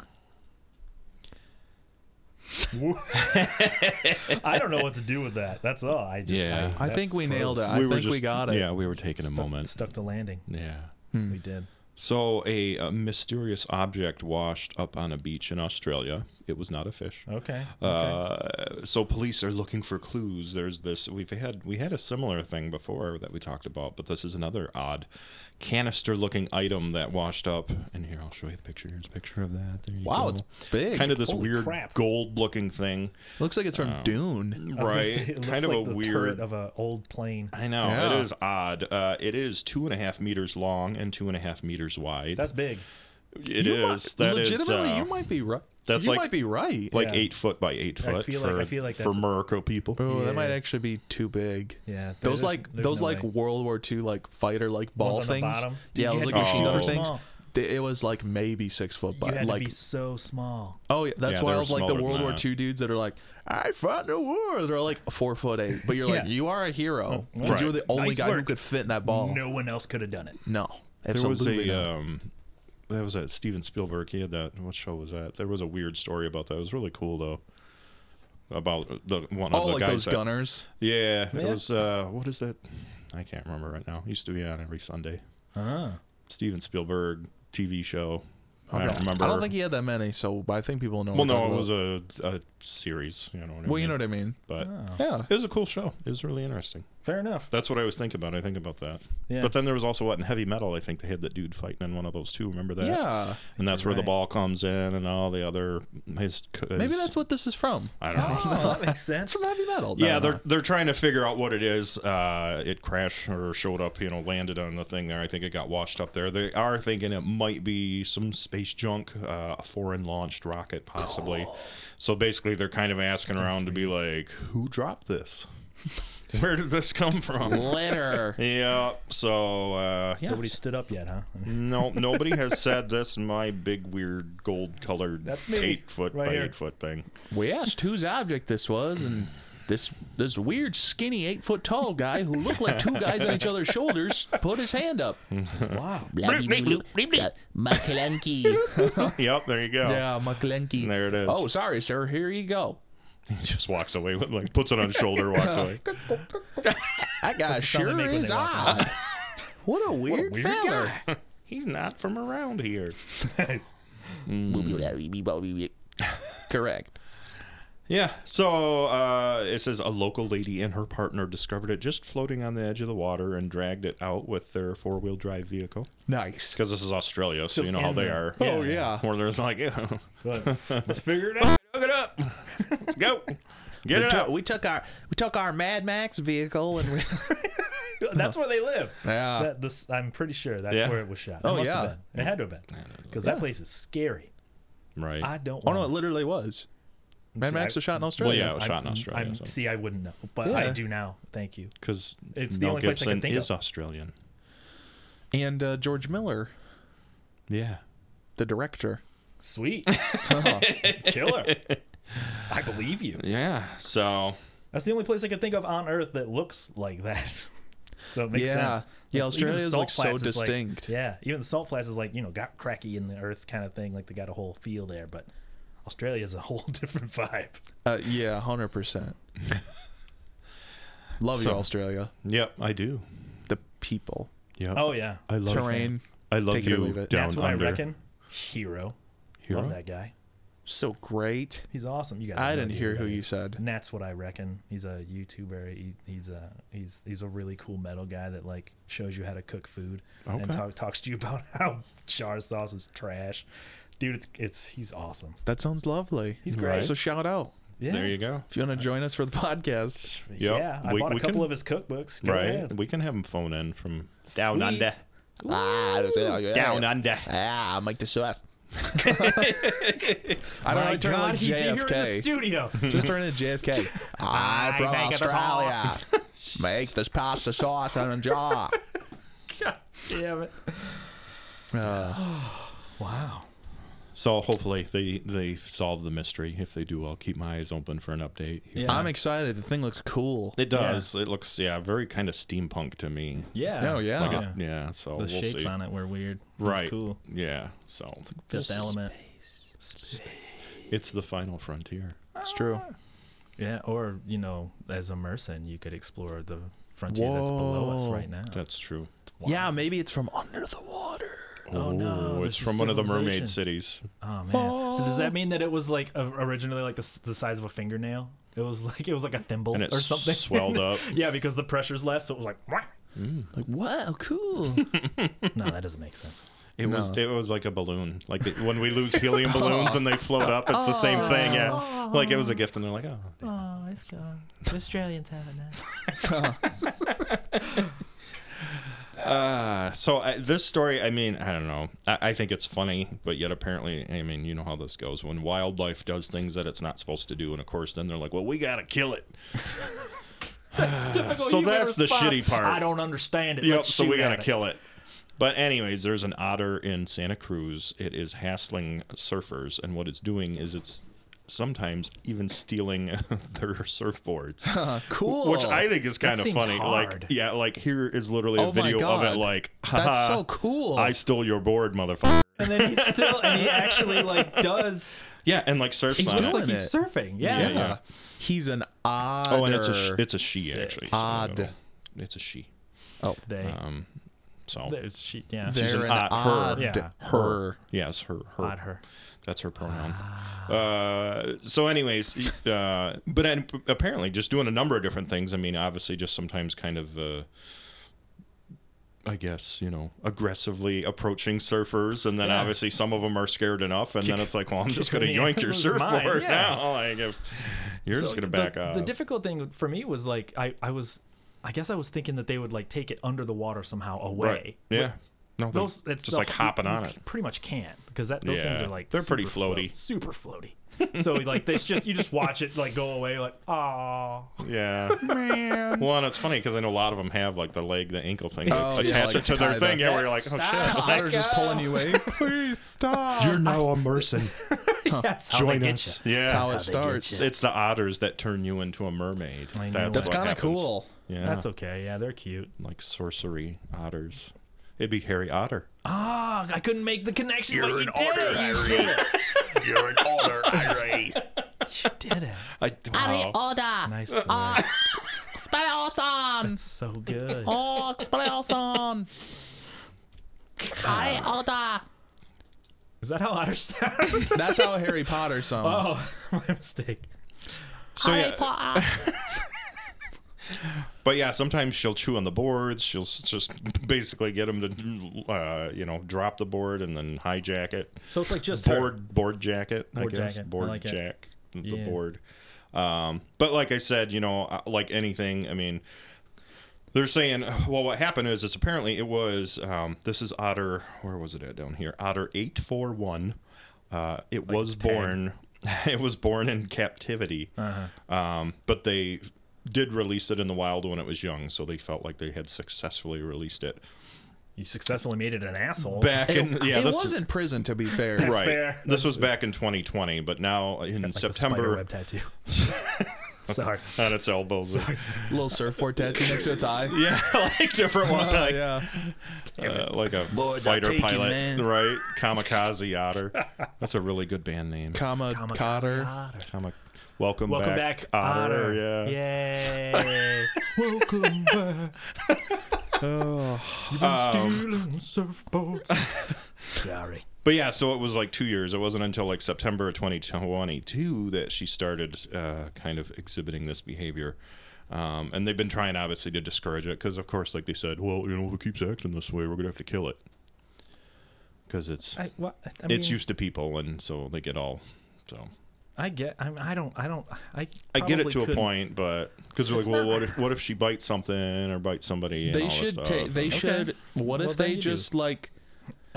B: I don't know what to do with that. That's all. I just.
A: Yeah.
C: I think
B: that's
C: we nailed it.
B: gross.
C: I think we got it.
A: Yeah, we were taking a moment.
B: Stuck the landing.
A: Yeah.
C: Hmm.
B: We did.
A: So a, uh mysterious object washed up on a beach in Australia. It was not a fish.
B: Okay. okay.
A: Uh, so police are looking for clues. There's this we've had we had a similar thing before that we talked about, but this is another odd canister looking item that washed up. And here I'll show you the picture. Here's a picture of that. There you go.
C: Wow, it's big.
A: Kind of this
B: Holy
A: weird
B: crap.
A: gold looking thing.
C: Looks like it's from Dune.
B: I was gonna
A: right.
B: say, it looks
A: kind of
B: like
A: a
B: the
A: weird
B: turret of an old plane.
A: I know
C: Yeah.
A: it is odd. Uh, it is two and a half meters long and two and a half meters wide.
B: That's big.
A: it
C: You might-
A: is. That is,
C: legitimately.
A: uh,
C: you might be right.
A: that's
C: you
A: like-
C: might be right.
A: like
B: Yeah.
A: eight foot by eight
B: I
A: foot
B: feel
A: for
B: like- I feel like
A: for
B: that's-
A: Murco people.
C: oh,
B: yeah.
C: that might actually be too big.
B: Yeah,
C: Those
B: there's-
C: like
B: there's
C: those
B: no
C: like
B: way.
C: World War II like fighter like ball
B: on the
C: things.
B: bottom? Dude,
C: Yeah,
B: you had
C: those like
B: to be
C: machine gun
A: super
C: things.
B: small.
C: They- It was like maybe six foot
B: You
C: by
B: had
C: like
B: to be so small.
C: Oh yeah, that's
A: Yeah,
C: why
A: they
C: I
A: were
C: was like the
A: smaller than
C: World War
A: that.
C: II dudes that are like, I fought in a war. They're all, like four foot eight, but you're like,
B: [laughs] Yeah.
C: you are a hero because
B: Right.
C: you're the only
B: Nice
C: guy who
B: work.
C: could fit in that ball. No,
B: No one else could have done it.
A: There was
C: absolutely
A: a
C: not.
A: um, that was that Steven Spielberg. He had that. What show was that? There was a weird story about that. It was really cool though. About the one of
C: oh,
A: the
C: like
A: guys
C: those
A: that-
C: gunners.
A: Yeah, it
B: Yeah.
A: was. Uh, what is that? I can't remember right now. It used to be on every Sunday.
B: Huh.
A: Steven Spielberg TV show. I
C: Ah. Okay.
A: don't remember.
C: I don't think he had that many, so I think people know.
A: well,
C: what I'm
A: no, it
C: talking
A: was
C: about.
A: a, a series. You know. What I
C: well, you
A: mean?
C: know Oh. what I mean.
A: But
C: Yeah.
A: it was a cool show. It was really interesting.
B: Fair enough.
A: That's what I was thinking about. I think about that.
B: Yeah.
A: But then there was also what in heavy metal. I think they had that dude fighting in one of those too. Remember that?
C: Yeah.
A: And that's
B: you're
A: where the
B: right.
A: ball comes in, and all the other his.
C: Maybe that's what this is from.
A: I don't
C: [laughs]
A: know.
B: Oh, [laughs] that makes
C: It's
B: sense.
C: from heavy metal. No,
A: Yeah,
C: no,
A: they're they're trying to figure out what it is. Uh, it crashed or showed up, you know, landed on the thing there. I think it got washed up there. They are thinking it might be some space junk, uh, a foreign launched rocket, possibly. So basically, they're kind of asking around to be like, who dropped this? [laughs] Where did this come from?
C: Glitter.
A: yeah. So uh, yeah.
B: Nobody stood up yet, huh?
C: Mm-hmm.
A: No, nobody has said this. My big weird gold colored
B: That's me,
A: eight foot
B: right
A: by
B: here.
A: eight foot thing.
C: [laughs] we asked whose object this was, and this this weird, skinny, eight foot tall guy who looked like two guys on each other's shoulders put his hand up.
B: Wow.
D: Bloody
C: [laughs]
D: Makelanki.
A: yep, there you go.
C: Uh, Yeah, McClenky.
A: There it is.
C: Oh, sorry, sir. Here you go.
A: He just walks away with like puts it on his shoulder, walks away.
C: That
B: the sound they
C: guy sure
B: make when
C: is
B: they walk
C: odd. [laughs] what a weird,
B: weird
C: fella.
A: He's not from around here.
B: [laughs] Nice.
C: Hmm. Correct.
A: Yeah. So uh, it says a local lady and her partner discovered it just floating on the edge of the water and dragged it out with their four wheel drive vehicle.
C: Nice.
A: Because this is Australia, so you know
B: in
A: how they
B: the-
A: are.
C: Oh, yeah.
A: Where there's like, [laughs] yeah, hook
B: But let's figure it out. [laughs]
A: it up. Let's go. Get
C: We
A: it
C: took,
A: out.
C: we took our we took our Mad Max vehicle and we, [laughs]
B: That's where they live.
C: Yeah.
B: That, this, I'm pretty sure that's
A: Yeah.
B: where it was shot. It
C: Oh,
B: must
C: yeah.
B: Have been. It had to have been. Because that place is scary.
A: Right.
B: I don't
C: oh
B: want
C: no, it literally was. Mad
B: See,
C: Max
B: I-
C: was shot in
A: well,
C: Australia.
A: yeah, it was shot in Australia.
B: I'm,
A: so.
B: See, I wouldn't know. But I
C: Yeah.
B: do now. Thank you.
A: because
B: It's the only place I can think
A: is
B: of.
A: Australian.
C: And uh, George Miller,
A: Yeah.
C: the director.
B: [laughs] Sweet.
C: Huh.
B: Killer. I believe you.
A: Yeah. So
B: That's the only place I can think of on Earth that looks like that. [laughs] So it makes
C: Yeah.
B: sense.
C: Yeah,
B: Like,
C: Australia
B: even
C: is,
B: salt
C: like, so
B: flats is, like-
C: distinct.
B: yeah, even the salt flats is like you know got cracky in the earth kind of thing. Like they got a whole feel there, but Australia is a [laughs] whole different vibe.
C: uh, yeah,
A: [laughs]
C: hundred percent. Love you,
A: So-
C: Australia.
A: yep, I do.
C: The people,
A: Yeah.
B: Oh yeah,
A: I love
C: terrain,
A: I love
C: Take it or
A: you
C: leave it.
A: down
B: that's what
A: under.
B: I reckon. Hero.
A: Hero?
B: love that guy.
C: so great.
B: He's awesome. You guys. have
C: I
B: no
C: didn't
B: idea
C: hear who
B: that
C: you
B: is.
C: said.
B: And that's what I reckon. He's a YouTuber. He, he's a he's he's a really cool metal guy that like shows you how to cook food and
A: Okay.
B: talk, talks to you [laughs] about how char sauce is trash. Dude, it's it's he's awesome.
C: That sounds lovely.
B: He's great.
C: So shout out
B: Yeah.
A: There you go.
C: if you want to join us for the podcast.
A: Yep.
B: Yeah, I
A: We-
B: bought a
A: we
B: couple
A: can-
B: of his cookbooks. Go
A: right.
B: ahead.
A: We can have him phone in from
B: Sweet.
C: Ah, that's it. Okay.
A: Down under.
C: Ah, Mike
B: [laughs]
C: DeSuas. I don't
B: My
C: know. Turn
B: God,
C: like
B: he's here in the
C: JFK.
A: [laughs]
B: studio.
C: Just turn into JFK.
B: [laughs]
C: I'm
B: I
C: from
B: make it
C: Australia.
B: [laughs]
C: Make this pasta sauce and enjoy.
B: God damn it!
C: Uh,
B: Wow.
A: So hopefully they they solve the mystery. If they do, I'll keep my eyes open for an update. here.
B: Yeah.
C: I'm excited. The thing looks cool.
A: It does. It looks yeah, very kind of steampunk to me.
B: Yeah.
C: No, yeah.
A: Like
C: Oh.
A: it- yeah. So
B: The
A: we'll
B: shapes
A: see.
B: on it were weird. It was
A: right.
B: cool.
A: Yeah. So
B: Fifth element.
A: it's the final frontier.
C: It's true.
B: Yeah. Or, you know, as a Merson, you could explore the frontier that's below us
C: Whoa.
B: right now.
A: That's true.
C: Yeah, maybe it's from under the water.
B: Oh, no,
A: it's
B: this is
A: from one of the
B: civilization.
A: mermaid cities.
B: Oh man! So does that mean that it was like o- originally like the, s- the size of a fingernail? It was like it was like a thimble
A: And it
B: or [laughs] something.
A: swelled up.
B: yeah, because the pressure's less, so it was like. "Wah."
C: Like, wow,
A: [laughs]
C: cool.
B: No, that doesn't make sense.
A: It was it was like a balloon. Like the, when we lose
B: [laughs]
A: helium
B: Oh.
A: balloons and they float up, it's the same thing. Yeah. Like it was a gift, and they're like, oh.
E: Oh, it's gone. The Australians have it now.
A: Uh, so I, this story, I mean, I don't know. I, I think it's funny, but yet apparently, I mean, you know how this goes. When wildlife does things that it's not supposed to do, and of course, then they're like, "Well, we gotta kill it."
B: Typical
A: So
B: human
A: that's the
B: response,
A: shitty part.
B: I don't understand it.
A: Yep.
B: Let's
A: So we
B: shoot
A: gotta
B: at it.
A: kill it. But anyways, there's an otter in Santa Cruz. It is hassling surfers, and what it's doing is it's sometimes even stealing [laughs] their surfboards.
C: cool.
A: Which I think is kind of
B: seems
A: funny.
B: hard.
A: Like, yeah, like here is literally a
C: Oh my
A: video of it.
C: God.
A: Like,
C: [laughs] That's
A: "Haha, [laughs]
C: so cool.
A: I stole your board, motherfucker.
B: And then
A: [laughs]
B: he still and he actually like does.
A: Yeah, and like surfs
C: He's
A: on
B: It's
A: it.
B: like
C: Doing
B: he's
C: it.
B: surfing. Yeah.
A: Yeah, yeah.
C: He's an odd.
A: Oh, and it's a sh- it's a she
B: Sick.
A: actually. so
C: Odd.
A: it'll- It's a she.
B: They.
A: So
B: there's she. Yeah.
A: Oh. she's
C: they're
A: an
C: an
A: odd-
C: odd.
A: her.
B: Yeah.
C: her.
A: yes, her her.
B: Odd her.
A: That's her pronoun.
B: Ah.
A: Uh, so, anyways, uh, but then apparently just doing a number of different things. I mean, obviously, just sometimes kind of. Uh, I guess you know aggressively approaching surfers, and then
B: Yeah.
A: obviously some of them are scared enough, and then it's like, well, I'm just
B: [laughs] kick
A: going to
B: 'em in
A: yoink
B: the
A: your
B: animal's
A: surfboard
B: mind, yeah.
A: [laughs] now. Like, if you're just
B: So
A: going to
B: the-
A: back
B: the,
A: up.
B: difficult thing for me was like I, I was I guess I was thinking that they would like take it under the water somehow away.
A: Right. Yeah. No, they
B: Those it's
A: just
B: the-
A: like hopping
B: you-
A: on
B: you [laughs]
A: it.
B: Pretty much can because that those things
A: Yeah.
B: are like
A: They're pretty
B: super flo-
A: floaty.
B: super floaty.
A: [laughs]
B: so like this just you just watch it like go away you're like ah
A: Yeah.
B: [laughs]
A: Well, and it's funny because I know a lot of them have like the leg, the ankle thing, like,
C: Oh, yeah,
A: attach
C: like,
A: it to their
C: tied up.
A: thing. Yeah, where you're like, oh
B: Stop.
A: shit.
C: The [laughs] otter's just pulling
A: [laughs]
C: you away. Please stop.
F: You're now a Merson.
B: [laughs] that's how
F: Join
B: they
F: us.
B: get you.
A: Yeah.
C: That's how
A: it's-
C: it starts.
A: It's the otters that turn you into a mermaid.
B: I know.
A: That's
B: That's
C: That's
A: kind of
C: cool.
A: Yeah.
B: That's okay. Yeah, they're cute.
A: like sorcery otters. It'd be Harry Otter.
B: Ah, I couldn't make the connection. You're but you did it.
A: [laughs]
F: You're an older Irie.
B: [laughs] You did it. Ah.
A: I,
D: Ari
A: wow.
D: Oda.
B: Nice. work.
D: Spell awesome.
B: so good.
C: [laughs] Oh, splash on.
A: Ah.
D: Ari Oda.
B: Is that how otters [laughs] sound?
C: That's how
A: [laughs]
C: Harry Potter sounds.
B: oh, [laughs] my mistake.
A: So
D: Harry
A: Oh, yeah,
D: Potter.
A: but yeah, sometimes she'll chew on the boards. She'll s- just [laughs] basically get them to, uh, you know, drop the board and then hijack it.
B: So it's like just her.
A: board board jacket,
B: Board
A: I guess.
B: jacket. I
A: Board
B: like it.
A: jack, the
B: Yeah.
A: board. Um, but like I said, you know, uh, like anything, I mean, they're saying, well, what happened is, it's apparently it was um, this is Otter. Where was it at down here? Otter eight four one. Uh, it was
B: tag.
A: born. [laughs] It was born in captivity,
B: Uh-huh.
A: um, but they did release it in the wild when it was young, so they felt like they had successfully released it
B: You successfully made it an asshole.
A: back in. Yeah,
C: it
A: this
C: was
A: is-
C: in prison, to be fair.
A: right.
B: fair.
A: This was back in 2020, but now in
B: Like the spider
A: September [laughs]
B: web tattoo. Sorry.
A: on its
B: [laughs]
A: elbows.
C: Little surfboard tattoo next to its eye.
A: [laughs] Yeah, like different
B: [laughs]
A: one, like,
C: [laughs] Yeah.
A: uh, like a
B: Lords are
A: fighter
B: taken,
A: pilot,
B: man. [laughs]
A: right? Kamikaze Otter. That's a really good band name.
C: Comma Cotter.
A: Kama- welcome,
B: Welcome
A: back,
B: back,
A: Otter.
B: Otter.
A: Yeah. [laughs]
B: Yay.
C: Welcome back.
A: Oh.
B: Stealing surfboards.
A: [laughs]
B: Sorry.
A: But yeah, so it was like two years. It wasn't until like September of 2022 that she started uh, kind of exhibiting this behavior. Um, and they've been trying, obviously, to discourage it because, of course, like they said, well, you know, if it keeps acting this way, we're going to have to kill it. Because it's
B: I, what, I
A: it's
B: mean,
A: used to people, and so they get all. So
B: I get. I'm, I don't. I don't. I.
A: I get it
B: probably
A: to a
B: couldn't-
A: point, but because they're like, well, what if what if she bites something or bites somebody? And all
C: They
A: this
C: should
A: stuff.
C: take. They
A: And-
C: should. What
B: Well,
C: if
B: then
C: they
B: you do.
C: just like?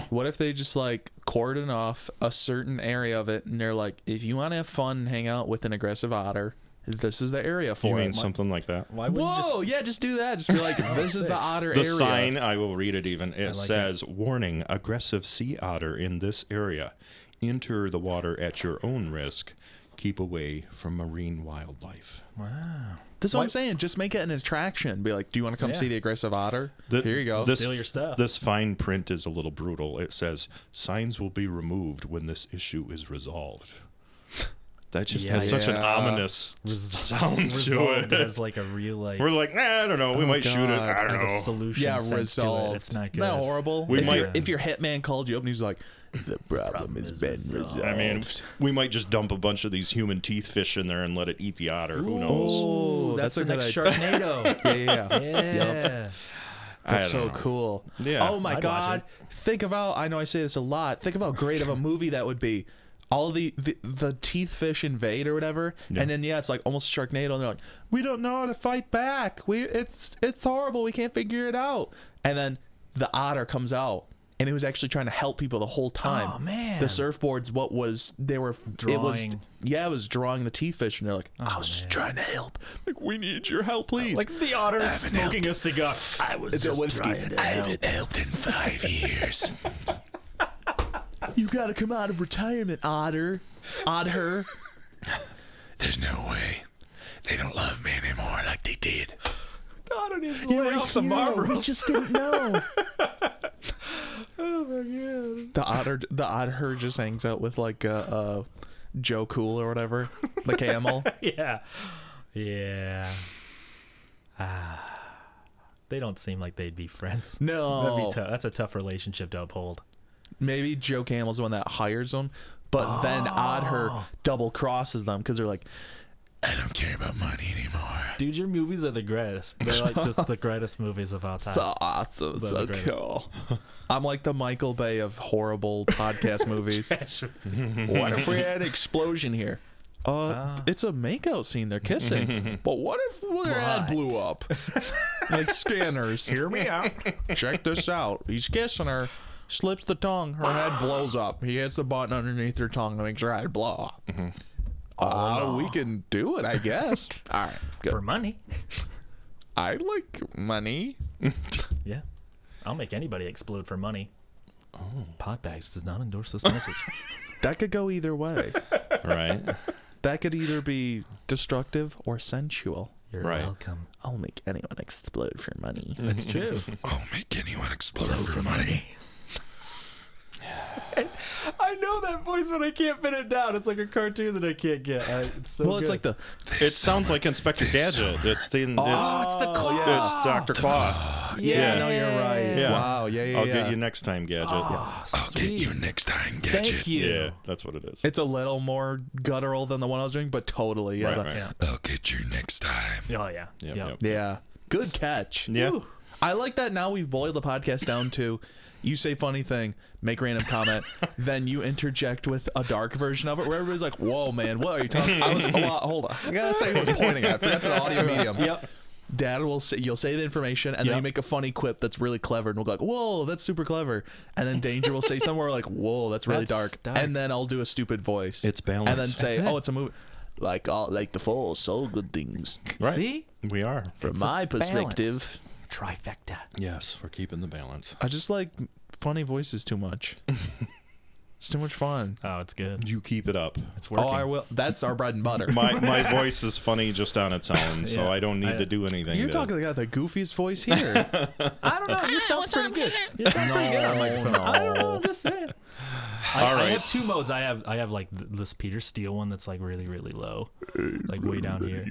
C: What if they just like cordon off a certain area of it, and they're like, if you want to have fun, and hang out with an aggressive otter, this is the area for
A: you
C: it.
A: mean
C: Like,
A: something like that?
B: Why would you just?
C: Whoa! yeah, just do that. Just be [laughs] like, this is the otter
A: The
C: area.
A: sign, I will read it even. It
B: like
A: says, Warning, aggressive sea otter in this area. enter the water at your own risk. Keep away from marine wildlife.
C: That's what I'm saying. Just make it an attraction. Be like, do you want to come
B: Yeah.
C: see the aggressive otter?
A: The-
C: Here you go.
A: This,
B: Steal your stuff.
A: This fine print is a little brutal. It says signs will be removed when this issue is resolved. [laughs] That just has such an
C: Yikes.
A: ominous s- sound
B: Resolved
A: to it.
B: as like a real
A: [laughs]
B: like
A: We're like, nah, I don't know. We might shoot it.
C: God.
A: I
B: as
A: don't
B: a
A: know.
B: solution.
C: yeah,
B: sense To
C: resolved.
B: it. It's not good.
C: Isn't that horrible?
A: We
C: if,
A: might-
C: your, if your hitman called you up and he's like, the problem, has been resolved.
A: I mean, we might just dump a bunch of these human teeth fish in there and let it eat the otter. Who
B: [laughs]
A: knows?
C: oh, that's,
B: the
C: a
B: next
C: good idea. [laughs]
B: Sharknado.
C: Yeah, yeah, [laughs] yeah.
B: yeah.
A: I
C: That's
A: don't
C: so
A: know.
C: cool.
A: Yeah.
C: Oh my
B: I'd watch
C: god. Think of how I know I say this a lot. Think of how great of a movie that would be. All the the, the teeth fish invade or whatever, and then yeah, it's like almost Sharknado, and they're like, we don't know how to fight back. We it's it's horrible. We can't figure it out. And then the otter comes out. And it was actually trying to help people the whole time.
B: Oh, man.
C: The surfboards, what was they were It was,
B: Drawing. Oh,
C: yeah, it was drawing the teeth fish, and they're like, "I was just trying to help. Like, we need your help, please."
B: Like the otter is smoking a cigar. I was
C: It's a whiskey. I haven't helped in five years. you gotta come out of retirement, Otter. Otter.
F: There's no way. They don't love me anymore like they did.
C: You were off the Marlboro. We just didn't [laughs] know. oh my Oh, god. The otter, the otter just hangs out with like uh, uh, Joe Cool or whatever, the [laughs] camel.
B: [laughs] yeah. Yeah. Ah. They don't seem like they'd be [laughs] friends. That'd
C: No,
B: be tough. That's a tough relationship to uphold.
C: maybe Joe Camel's the one that hires them, but then Otter double crosses them because they're like,
F: I don't care about money anymore.
B: Dude, your movies are the [laughs] greatest. They're like just the greatest movies of all time.
C: so awesome,
B: They're
C: so
B: the greatest.
C: cool. [laughs] I'm like the Michael Bay of horrible
B: [laughs]
C: podcast movies.
B: That's
C: What if we had an explosion here? Uh,
B: Ah.
C: it's a makeout scene. They're kissing.
B: [laughs]
C: but what if their head
B: But-
C: blew up? like
B: [laughs]
C: scanners.
B: Hear me out.
C: Check this out. He's kissing her. Slips the tongue. Her head blows up. He hits the button underneath her tongue and makes her head blow up.
B: Mm-hmm.
C: Uh,
B: Oh,
C: We can do it, I guess.
B: [laughs]
C: All right. Good.
B: For money.
C: I like money.
B: Yeah. I'll make anybody explode for money. Oh. Potbags does not endorse this [laughs] message.
C: That could go either way.
A: Right?
C: that could either be destructive or sensual.
B: You're
A: Right.
B: [laughs] welcome.
C: I'll make anyone explode for money.
B: It's true.
F: I'll make anyone explode for [laughs] money.
B: [laughs] I know that voice, but I can't pin it down. It's like a cartoon that I can't get. I, it's so
C: Well, it's like the
A: It sounds like Inspector Gadget. It's the it's,
C: it's the
A: it's Doctor Claw.
C: Oh,
A: [laughs]
C: Yeah,
A: Yeah.
C: no, you're right.
A: Yeah.
C: Wow, yeah, yeah,
A: I'll
C: yeah.
A: get you next time, Gadget.
F: I'll get you next time, Gadget.
B: Thank you.
A: Yeah, that's what it is.
C: it's a little more guttural than the one I was doing, but totally, yeah,
A: right,
C: the-
A: right.
B: Yeah.
F: I'll get you next time.
B: Oh yeah.
A: Yep,
B: Yep.
A: yep.
C: yeah. Good catch.
A: Yeah.
C: I like that. Now we've boiled the podcast down to you say funny thing, make random
A: [laughs]
C: comment, then you interject with a dark version of it, where everybody's like, "Whoa, man, what are you talking?" I was oh, wow, hold on. I gotta say, who was pointing at? That's an
B: [laughs]
C: audio medium.
B: Yep.
C: Dad will say you'll say the information, and then you
B: Yep.
C: make a funny quip that's really clever, and we'll go like, "Whoa, that's super clever!" And then Danger will
A: [laughs]
C: say somewhere like, "Whoa, that's really
B: That's
C: dark.
B: dark.
C: and then I'll do a stupid voice.
A: It's
C: and then
A: balance.
C: say, "Oh, it's a movie." Like all like the four so good things
A: Right.
E: See?
A: We are.
C: from my perspective.
E: Trifecta.
A: Yes, we're keeping the balance.
C: I just like funny voices too much. it's too much fun.
B: Oh, it's good.
A: You keep it up.
B: It's working.
C: Oh, I will. That's our bread and butter. [laughs]
A: My
B: [laughs]
A: my voice is funny just on its own, so
B: Yeah.
A: I don't need
B: I-
A: to do anything.
C: You're
A: to-
C: talking to the guy with the goofiest voice [laughs] here.
B: I don't know. You sound
D: what's
B: pretty
D: up?
B: good. You sound pretty
C: Oh,
B: good on microphone. I don't know. I'm just saying. I, I have two modes. I have I have like th- this Peter Steele one that's like really really low, like way down here,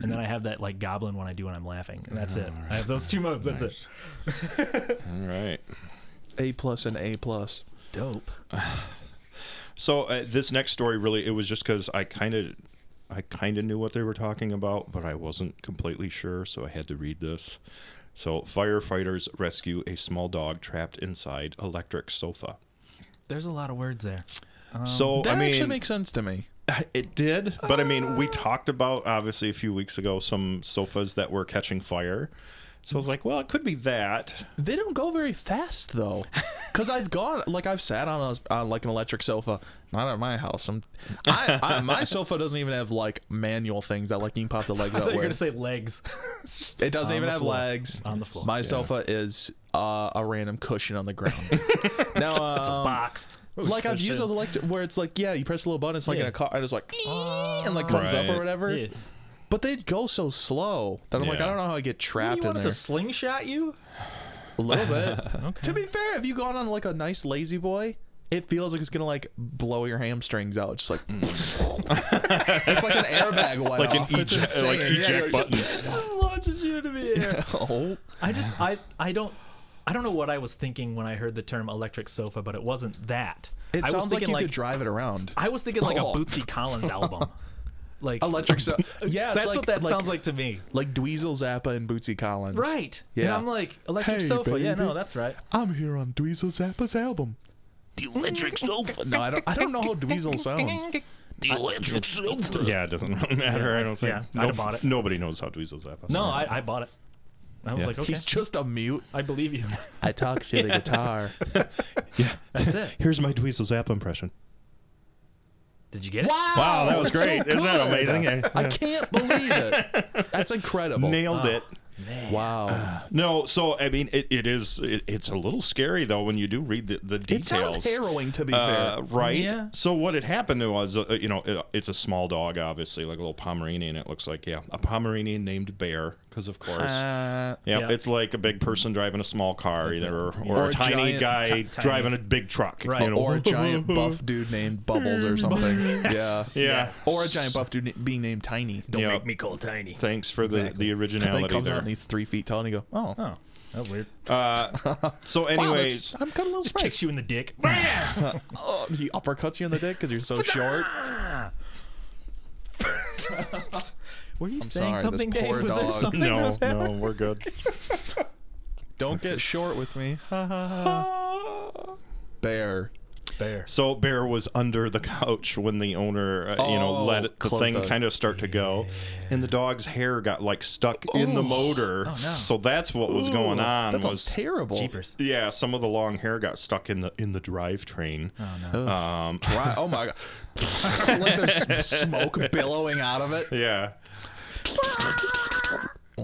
B: and then I have that like goblin one I do when I'm laughing, and that's it. I have those two modes. That's
A: All right.
C: a plus and A plus.
B: it. Dope.
A: So uh, this next story really it was just cuz I kind of I kind of knew what they were talking about, but I wasn't completely sure, so I had to read this. So firefighters rescue a small dog trapped inside electric sofa.
B: There's a lot of words there. Um,
A: so
C: That
A: I mean
C: actually makes sense to me.
A: it did, but I mean
C: Ah.
A: we talked about obviously a few weeks ago some sofas that were catching fire. So I was like, well, it could be that.
C: They don't go very fast [laughs] though, because I've gone like I've sat on a on like an electric sofa. Not at my house. I'm, I, I [laughs] my sofa doesn't even have like manual things that like you can pop the leg
B: I
C: out
B: thought you were
C: with.
B: gonna say legs.
C: It doesn't
B: On
C: even
B: the
C: have
B: floor.
C: legs.
B: On the floor,
C: My
B: yeah.
C: sofa is a uh, a random cushion on the
B: [laughs]
C: ground. now,
B: It's a
C: um,
B: box.
C: like I've
B: Cushion.
C: used those elect where it's like, yeah, you press a little button, it's like in
B: Yeah.
C: a car, and it's like, and like comes up
A: Right.
C: or whatever.
B: Yeah.
C: But they'd go so slow that I'm like,
A: Yeah.
C: I don't know how I get trapped
B: You
C: in
B: wanted
C: there.
B: to slingshot [laughs] you?
C: A little bit.
B: [laughs] Okay.
C: To be fair, if you gone on like a nice lazy boy, it feels like it's gonna like blow your hamstrings out. Just like
B: Mm.
C: [laughs] it's like an airbag went
A: like an
C: off. It's
A: eject, like
C: insane. Yeah, [laughs] Oh.
A: eject
C: you're-
A: button.
B: Just launches you into the air.
C: Oh,
B: I just I I don't I don't know what I was thinking when I heard the term electric sofa, but it wasn't that.
C: it
B: I was
C: sounds like
B: thinking
C: you could drive it around.
B: I was thinking like
C: Oh.
B: a Bootsy
C: [laughs]
B: Collins album. Like [laughs]
C: Electric. So yeah, it's
B: that's
C: like,
B: what that sounds like to me.
C: Like Dweezil Zappa and Bootsy Collins.
B: Right.
C: Yeah.
B: And I'm like electric
C: Hey,
B: sofa. Yeah,
C: baby.
B: no, that's right.
C: I'm here on Dweezil Zappa's album. The electric sofa. no, I don't. I don't know how
B: [laughs]
C: Dweezil sounds. The electric sofa.
A: Yeah, it doesn't really matter. I don't think.
B: Yeah, I'd
A: No-
B: have bought it.
A: Nobody knows how Dweezil Zappa.
B: No,
A: sounds.
B: I, I bought it. I was
A: Yeah.
B: like, okay,
C: He's just a mute.
B: I believe you.
C: I talk through [laughs] the guitar.
B: [laughs] That's it.
A: Here's my Dweezil Zappa impression.
B: Did you get it?
A: Wow, that was great! Isn't that amazing?
C: I can't believe it. That's incredible.
A: Nailed it.
B: Uh,
C: Wow.
A: No, so I mean, it, it is. It, it's a little scary though when you do read the, the
C: It
A: details.
C: sounds harrowing to be
A: Uh,
C: fair.
A: right.
B: Yeah.
A: So what had happened was, uh, you know, it, it's a small dog, obviously, like a little Pomeranian. It looks like, yeah, a Pomeranian named Bear, because of course,
C: Uh,
A: yeah,
B: yeah.
A: it's like a big person driving a small car, either, or, or,
C: Or
A: a
C: a
A: tiny
C: giant-
A: guy
B: ti- tiny-
A: driving a big truck,
B: Right.
A: You know?
C: or
B: [laughs]
C: a giant buff dude named Bubbles or something. Yeah.
A: [laughs] yeah.
C: Or a giant buff dude na- being named Tiny.
B: Don't
A: Yeah.
B: make me call tiny.
A: Thanks for the, the
C: Like
A: originality
C: comes
A: there.
C: out and he's three feet tall, and you go, "Oh,
B: Oh, that was weird.
A: so,
C: wow,
A: anyways,
C: [laughs] that's- I'm got a little
B: Just kicks
C: spike."
B: you in the dick.
C: Oh, he uppercuts you in the dick because you're so short.
B: Were you
C: sorry,
B: saying
C: this
B: something, Dave?
C: poor
B: Was there
C: dog.
B: something that
A: no,
B: was happening?
A: no, we're good.
C: Don't get short with me. Ha, ha, ha. Bear.
B: Bear.
A: So Bear was under the couch when the owner, uh, you know,
C: Oh,
A: let it- the
C: closed
A: thing
C: the-
A: kind of start to go, and the dog's hair got like stuck in the motor. So that's what was going on.
C: That sounds
A: was
B: [laughs]
C: terrible.
B: Jeepers.
A: yeah, some of the long hair got stuck in the in the Um, drivetrain.
C: Dry- oh my god! [laughs] like there's s-
B: [laughs]
C: smoke billowing out of it.
A: Yeah.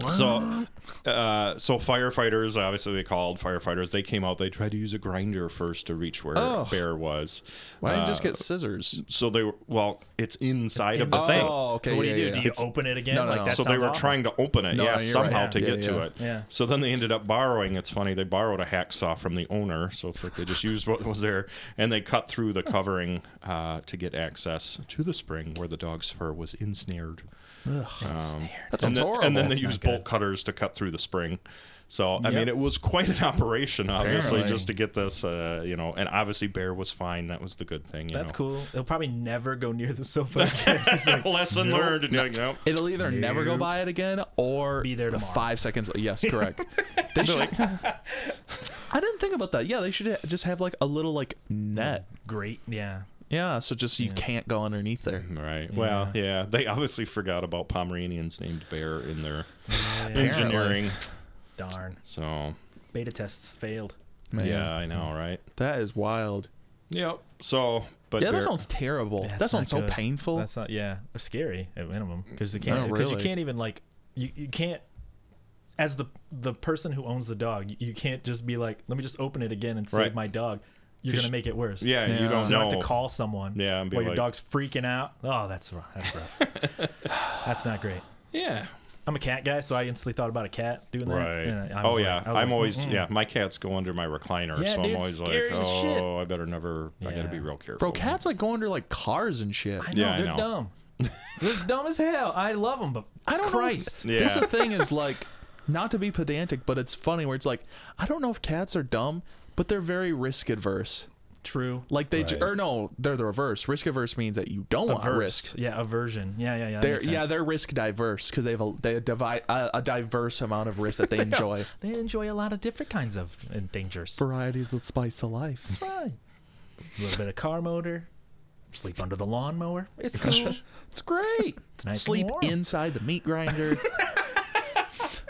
A: So, uh, so firefighters obviously they called firefighters. They came out. They tried to use a grinder first to reach where
C: Oh.
A: Bear was.
C: Why didn't you just
B: Uh,
C: get scissors?
A: So they were well, it's inside of the
B: inside.
A: thing.
C: Oh, okay.
B: so what do you
C: yeah,
B: do?
C: yeah,
B: Do
C: yeah.
B: you open it again?
C: No, no,
B: like
C: no.
B: that
A: so they
B: sounds
A: were
B: awful.
A: trying to open it,
C: No,
A: yeah,
C: no, you're
A: somehow
C: right.
A: to
C: Yeah,
A: get to
C: yeah.
A: it.
B: Yeah.
A: So then they ended up borrowing. It's funny they borrowed a hacksaw from the owner, so it's like they just used what was there, and they cut through the covering uh, to get access to the spring where the dog's fur was ensnared. Um,
C: That
A: and
C: sounds
A: then,
C: horrible.
A: And then they
B: That's not
A: used
B: good.
A: bolt cutters to cut through the spring. So I mean,
B: Yep.
A: it was quite an operation, obviously,
C: Apparently.
A: just to get this, uh, you know. And obviously, Bear was fine. That was the good thing. You
B: That's
A: know.
B: cool. They'll probably never go near the
C: [laughs]
B: sofa again. It's
A: [laughs]
B: like,
A: Lesson
B: Nope.
A: learned. and you're like, nope.
C: It'll either never go
B: Nope.
C: by it again or
B: Be there tomorrow.
C: five seconds.
B: [laughs]
C: Yes, correct. they should. [laughs] I didn't think about that. Yeah, they should ha- just have like a little like net.
B: Great. Yeah.
C: Yeah, so just you can't go underneath there.
A: Right. Well, yeah. They obviously forgot about Pomeranians named Bear in their engineering.
B: Darn.
A: So,
B: Beta tests failed.
C: Man,
A: yeah, I know, right?
C: that is wild.
A: Yep. So, but
C: Yeah,
A: Bear-
C: that sounds terrible.
B: Yeah,
C: that
B: it's
C: sounds
B: not
C: so
B: good.
C: painful.
B: That's not. Yeah. Or scary at minimum because you can't. Because
C: really.
B: you can't even like. You you can't. As the the person who owns the dog, you, you can't just be like, let me just open it again and save
A: Right.
B: my dog. You're gonna make it worse.
A: yeah, you
C: Yeah.
A: don't
B: So
A: know.
B: I have to call someone.
A: Yeah, and be
B: while your
A: like-
B: dog's freaking out. Oh, that's rough. That's rough.
A: [laughs]
B: that's not great.
A: Yeah.
B: I'm a cat guy, so I instantly thought about a cat doing that.
A: Right.
B: and I- I
A: oh
B: was
A: yeah.
B: like- I was
A: I'm
B: like,
A: always
B: mm-mm.
A: yeah. My cats go under my recliner,
B: Yeah,
A: so I'm
B: dude,
A: always like,
B: scary as
A: oh,
B: shit.
A: I better never. I got to
B: Yeah.
A: be real careful.
C: Bro, cats like go under like cars and shit.
B: I know
A: Yeah, I
B: they're
A: know.
B: dumb.
A: [laughs]
B: they're dumb as hell. I love them, but
C: I don't
B: Christ.
C: know. If, This
A: Yeah.
C: is the
B: [laughs]
C: thing is like, not to be pedantic, but it's funny where it's like, I don't know if cats are dumb, but they're very risk adverse.
B: True.
C: Like they, j or no, they're the reverse. Risk averse means that you don't want
B: Averse.
C: risk.
B: Yeah, aversion. Yeah, yeah, yeah. that
C: They're
B: makes
C: yeah,
B: sense.
C: they're risk diverse because they have a they divide a, a diverse amount of risks
B: [laughs]
C: that they enjoy.
B: they enjoy a lot of different kinds of uh, dangers.
C: Varieties that spice the life.
B: Right. A little bit of car motor. Sleep under the lawnmower. It's cool.
C: It's great.
B: It's nice and
C: Sleep
B: warm.
C: inside the meat
B: [laughs]
C: grinder.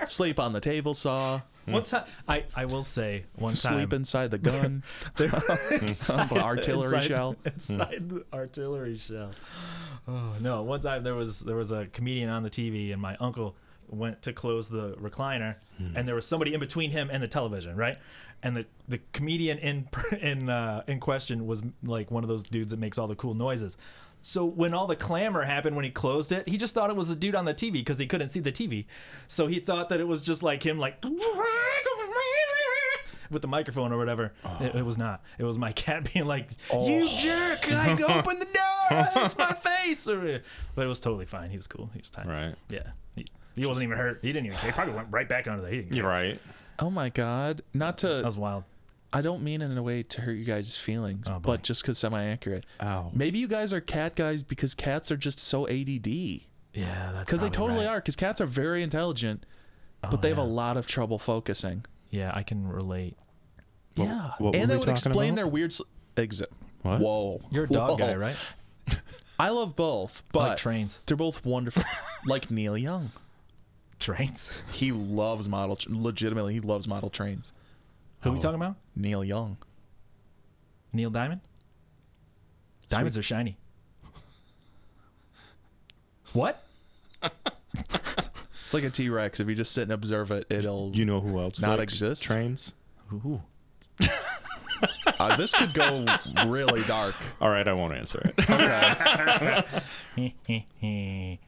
C: Sleep on the table saw.
B: one time, I, I will say one time.
C: Hmm. Sleep inside
B: [laughs]
C: the gun.
B: There-
C: [laughs]
B: inside-
C: artillery
B: inside-
C: shell.
B: Inside the artillery shell. Oh no! One time there was there was a comedian on the TV, and my uncle went to close the recliner,
C: Hmm.
B: and there was somebody in between him and the television, right? And the, the comedian in [laughs] in uh, in question was like one of those dudes that makes all the cool noises. So when all the clamor happened when he closed it, he just thought it was the dude on the TV because he couldn't see the TV. So he thought that it was just like him, like [laughs] with the microphone or whatever. It, it was not. It was my cat [laughs] being like, "You jerk! I opened the door. It's my face." Or- But it was totally fine. He was cool. He was tiny.
A: Right.
B: Yeah. He, he wasn't even hurt. He didn't even care. He probably went right back onto the. He didn't care.
A: You're right.
C: Oh my god. Not to
B: That was wild.
C: I don't mean in a way to hurt you guys' feelings,
B: Oh, boy.
C: but just because I'm accurate.
A: Ow.
C: Maybe you guys are cat guys because cats are just so ADD.
B: Yeah, that's
C: Because they totally are. Because cats are very intelligent,
B: Oh,
C: but they have a lot of trouble focusing.
B: Yeah, I can relate.
C: yeah.
A: what were
C: and they
A: we
C: would
A: talking
C: explain
A: about?
C: their weird. Sl- exit.
A: What?
C: Whoa.
B: You're a dog
C: Whoa.
B: guy, right?
C: I love both, but
B: trains.
C: They're both wonderful. [laughs] like Neil Young,
B: [laughs] Trains.
C: he loves model. Tr- legitimately, he loves model trains.
B: Who we talking about?
C: Neil Young.
B: Neil Diamond. Diamonds are shiny. What?
C: It's like a T Rex. If you just sit and observe it, it'll.
A: You know who else?
C: Not
A: likes
C: exist?
A: Trains.
B: Ooh.
C: Uh, this could go really dark.
A: All right, I won't answer it. [laughs]
C: Okay.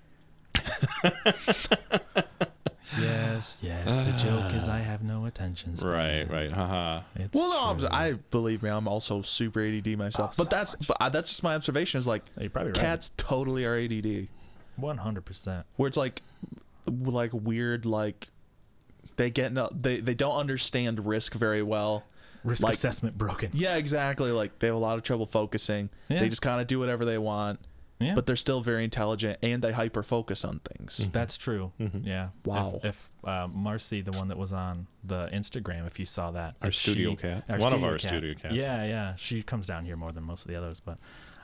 B: yes, yes. the joke is I have no attention span.
A: right, right. Haha.
B: It's
C: [laughs] Well, no, I'm,
B: true.
C: I believe me, I'm also super ADD myself.
B: Oh,
C: but
B: so
C: that's but uh, that's just my observation. Is like
B: You're probably right.
C: cats totally are ADD,
B: 100%.
C: where it's like like weird like they get no, they they don't understand risk very well.
B: Risk
C: Like-
B: assessment broken.
C: Yeah, exactly. Like they have a lot of trouble focusing.
B: Yeah.
C: They just kind of do whatever they want,
B: Yeah.
C: but they're still very intelligent and they hyper focus on things.
B: That's true. Yeah.
C: Wow.
B: If, if uh, Marcy, the one that was on the Instagram, if you saw that,
A: Our
B: if
A: studio
B: she-
A: cat. One of our studio cats.
B: Yeah, yeah. She comes down here more than most of the others, but.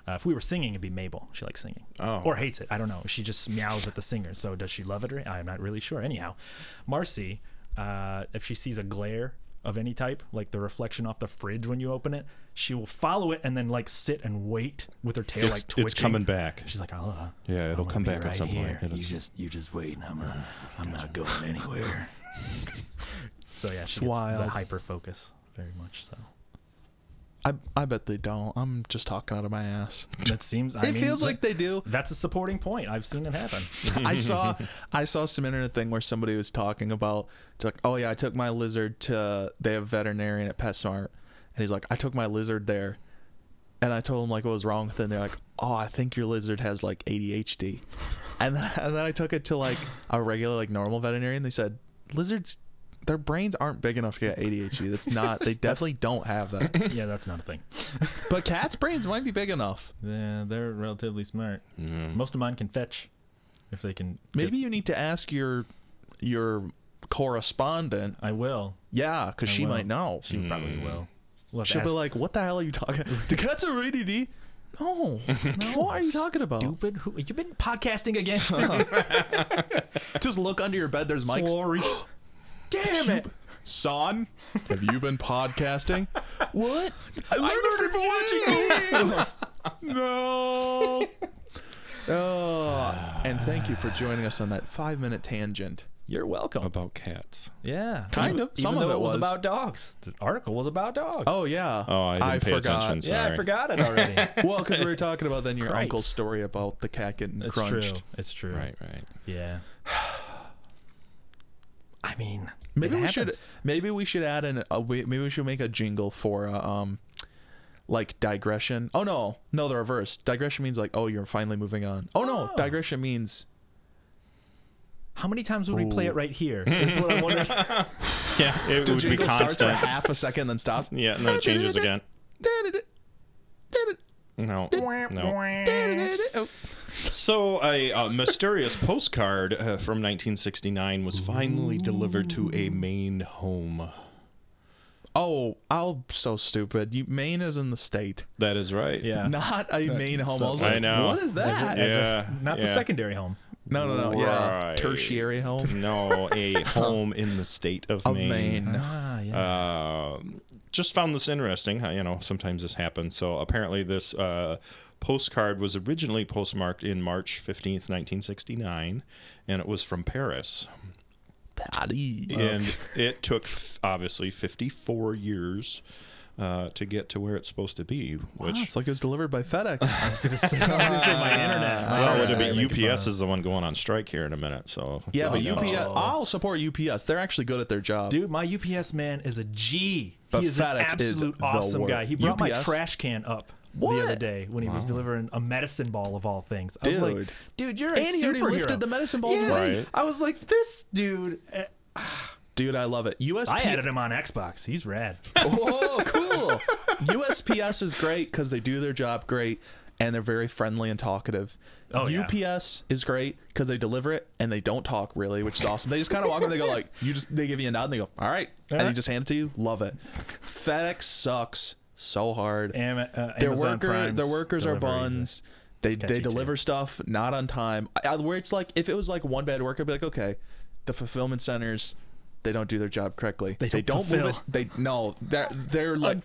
B: Uh, if we were singing, it'd be Mabel. She likes singing,
A: Oh.
B: or hates it. I don't know. She just meows at the singer. So does she love it? or I'm not really sure. Anyhow, Marcy, uh, if she sees a glare of any type, like the reflection off the fridge when you open it, she will follow it and then like sit and wait with her tail
A: It's,
B: like twitching.
A: it's coming back.
B: She's like, oh,
A: Yeah, it'll come back at some point. It'll-
B: You just, you just wait. and I'm, uh, I'm not going anywhere. so yeah, she gets
C: wild.
B: the hyper focus very much. So
C: I I bet they don't. I'm just talking out of my ass.
B: that seems. I
C: it
B: mean,
C: feels like they do.
B: that's a supporting point. I've seen it happen.
C: I saw I saw some internet thing where somebody was talking about it's like, oh yeah, I took my lizard to they have a veterinarian at PetSmart, and he's like, I took my lizard there, and I told him like what was wrong with it. And they're like, oh, I think your lizard has like ADHD, and then [laughs] and then I took it to like a regular like normal veterinarian. They said lizards. Their brains aren't big enough to get ADHD. That's not. They definitely don't have that.
B: yeah, that's not a thing.
C: But cats' brains might be big enough.
B: Yeah, they're relatively smart. Most of mine can fetch, if they can. get-
C: Maybe you need to ask your your correspondent.
B: I will.
C: Yeah, because she
B: will.
C: might know.
B: She probably will. We'll have to
C: She'll be
B: ask-
C: like, "What the hell are you [laughs] talking? Do cats have ADD? [laughs] No. What are you talking about?
B: stupid. Who, you've been podcasting again.
C: Just look under your bed. There's mics. [gasps]
B: Sorry. Damn it.
C: Son, have you been [laughs] podcasting? what? I learned, it from watching [laughs] you. no. Oh, and thank you for joining us on that five-minute tangent.
B: You're welcome.
A: About cats.
B: Yeah,
C: Kind
B: even,
C: of. Some
B: even
C: of
B: though
C: it
B: was.
C: was.
B: about dogs. The article was about dogs.
C: Oh yeah.
A: Oh, I didn't pay
C: forgot.
A: attention.
B: yeah, I
A: sorry.
B: forgot
C: [laughs]
B: it already.
C: Well, because we were talking about then your
B: Christ.
C: uncle's story about the cat getting
B: it's
C: crunched.
B: true. It's true.
A: Right, right.
B: Yeah. [sighs] I mean,
C: Maybe
B: it
C: we should.
B: happens.
C: Maybe we should add an. A, we- maybe we should make a jingle for uh, um, like digression. Oh no, no, the reverse. Digression means like, oh, you're finally moving on. Oh no,
B: Oh.
C: digression means
B: How many times would we play it right
C: [laughs]
B: here? Is what I'm wondering.
A: Yeah, it
C: the
A: would be
C: jingle starts for
A: constant.
C: half a second then stops.
A: [laughs] Yeah, and then it changes again.
C: [laughs]
A: No,
B: [laughs]
A: no.
B: Oh,
A: So a uh, mysterious postcard uh, from 1969 was finally delivered to a Maine home.
C: Oh, I'm so stupid. You, Maine is in the state,
A: That is right.
B: yeah.
C: not a Maine home. I, was
A: I
C: like,
A: know.
C: What is that?
A: As a- Yeah,
B: Not the
A: yeah.
B: secondary home.
C: No, no, no. Yeah,
A: Right.
C: tertiary home
A: No,
C: [laughs]
A: a home in the state of,
C: of
A: Maine.
C: Maine.
B: Ah, yeah.
A: Um, just found this interesting. how, You know, sometimes this happens. So apparently, this uh, postcard was originally postmarked in March 15th, 1969, and it was from Paris.
C: Patty.
A: and
C: [laughs]
A: it took f- obviously 54 years uh, to get to where it's supposed to be, which
C: Ah, It's like it was delivered
A: [laughs]
C: by FedEx.
A: well, would have been UPS is the one going on strike here in a minute. So
C: yeah, but
A: Oh, No.
C: UPS. I'll support UPS. They're actually good at their job.
B: Dude, my UPS man is a G.
C: But
B: he is an
C: FedEx is
B: absolute
C: the
B: awesome
C: worst.
B: guy. He brought my
C: UPS?
B: trash can up the other
C: What?
B: day when he was delivering a medicine ball of all things. I was like,
C: Dude.
B: dude, you're a
C: And he already
B: superhero.
C: lifted the medicine balls
B: yeah,
C: up.
A: Right.
B: I was like, this dude. eh,
C: Dude, I love it. USPS.
B: I added him on Xbox. He's
C: [laughs]
B: rad.
C: Whoa, cool. USPS is great because they do their job great and they're very friendly and talkative.
B: Oh, yeah.
C: UPS is great because they deliver it and they don't talk really, which is awesome. They just kind of walk up and they go like, you just they give you a nod and they go, all right, and they
B: Yeah.
C: just hand it to you. Love it. FedEx sucks so hard.
B: Am- uh,
C: their
B: Amazon
C: worker,
B: Prime's
C: their workers are
B: deliveries
C: buns. They
B: sketchy,
C: they
B: too.
C: deliver stuff not on time. I, I- where it's like if it was like one bad worker, I'd be like, okay, the fulfillment centers. They don't do their job correctly. They
B: don't
C: move it. They no. They're they're like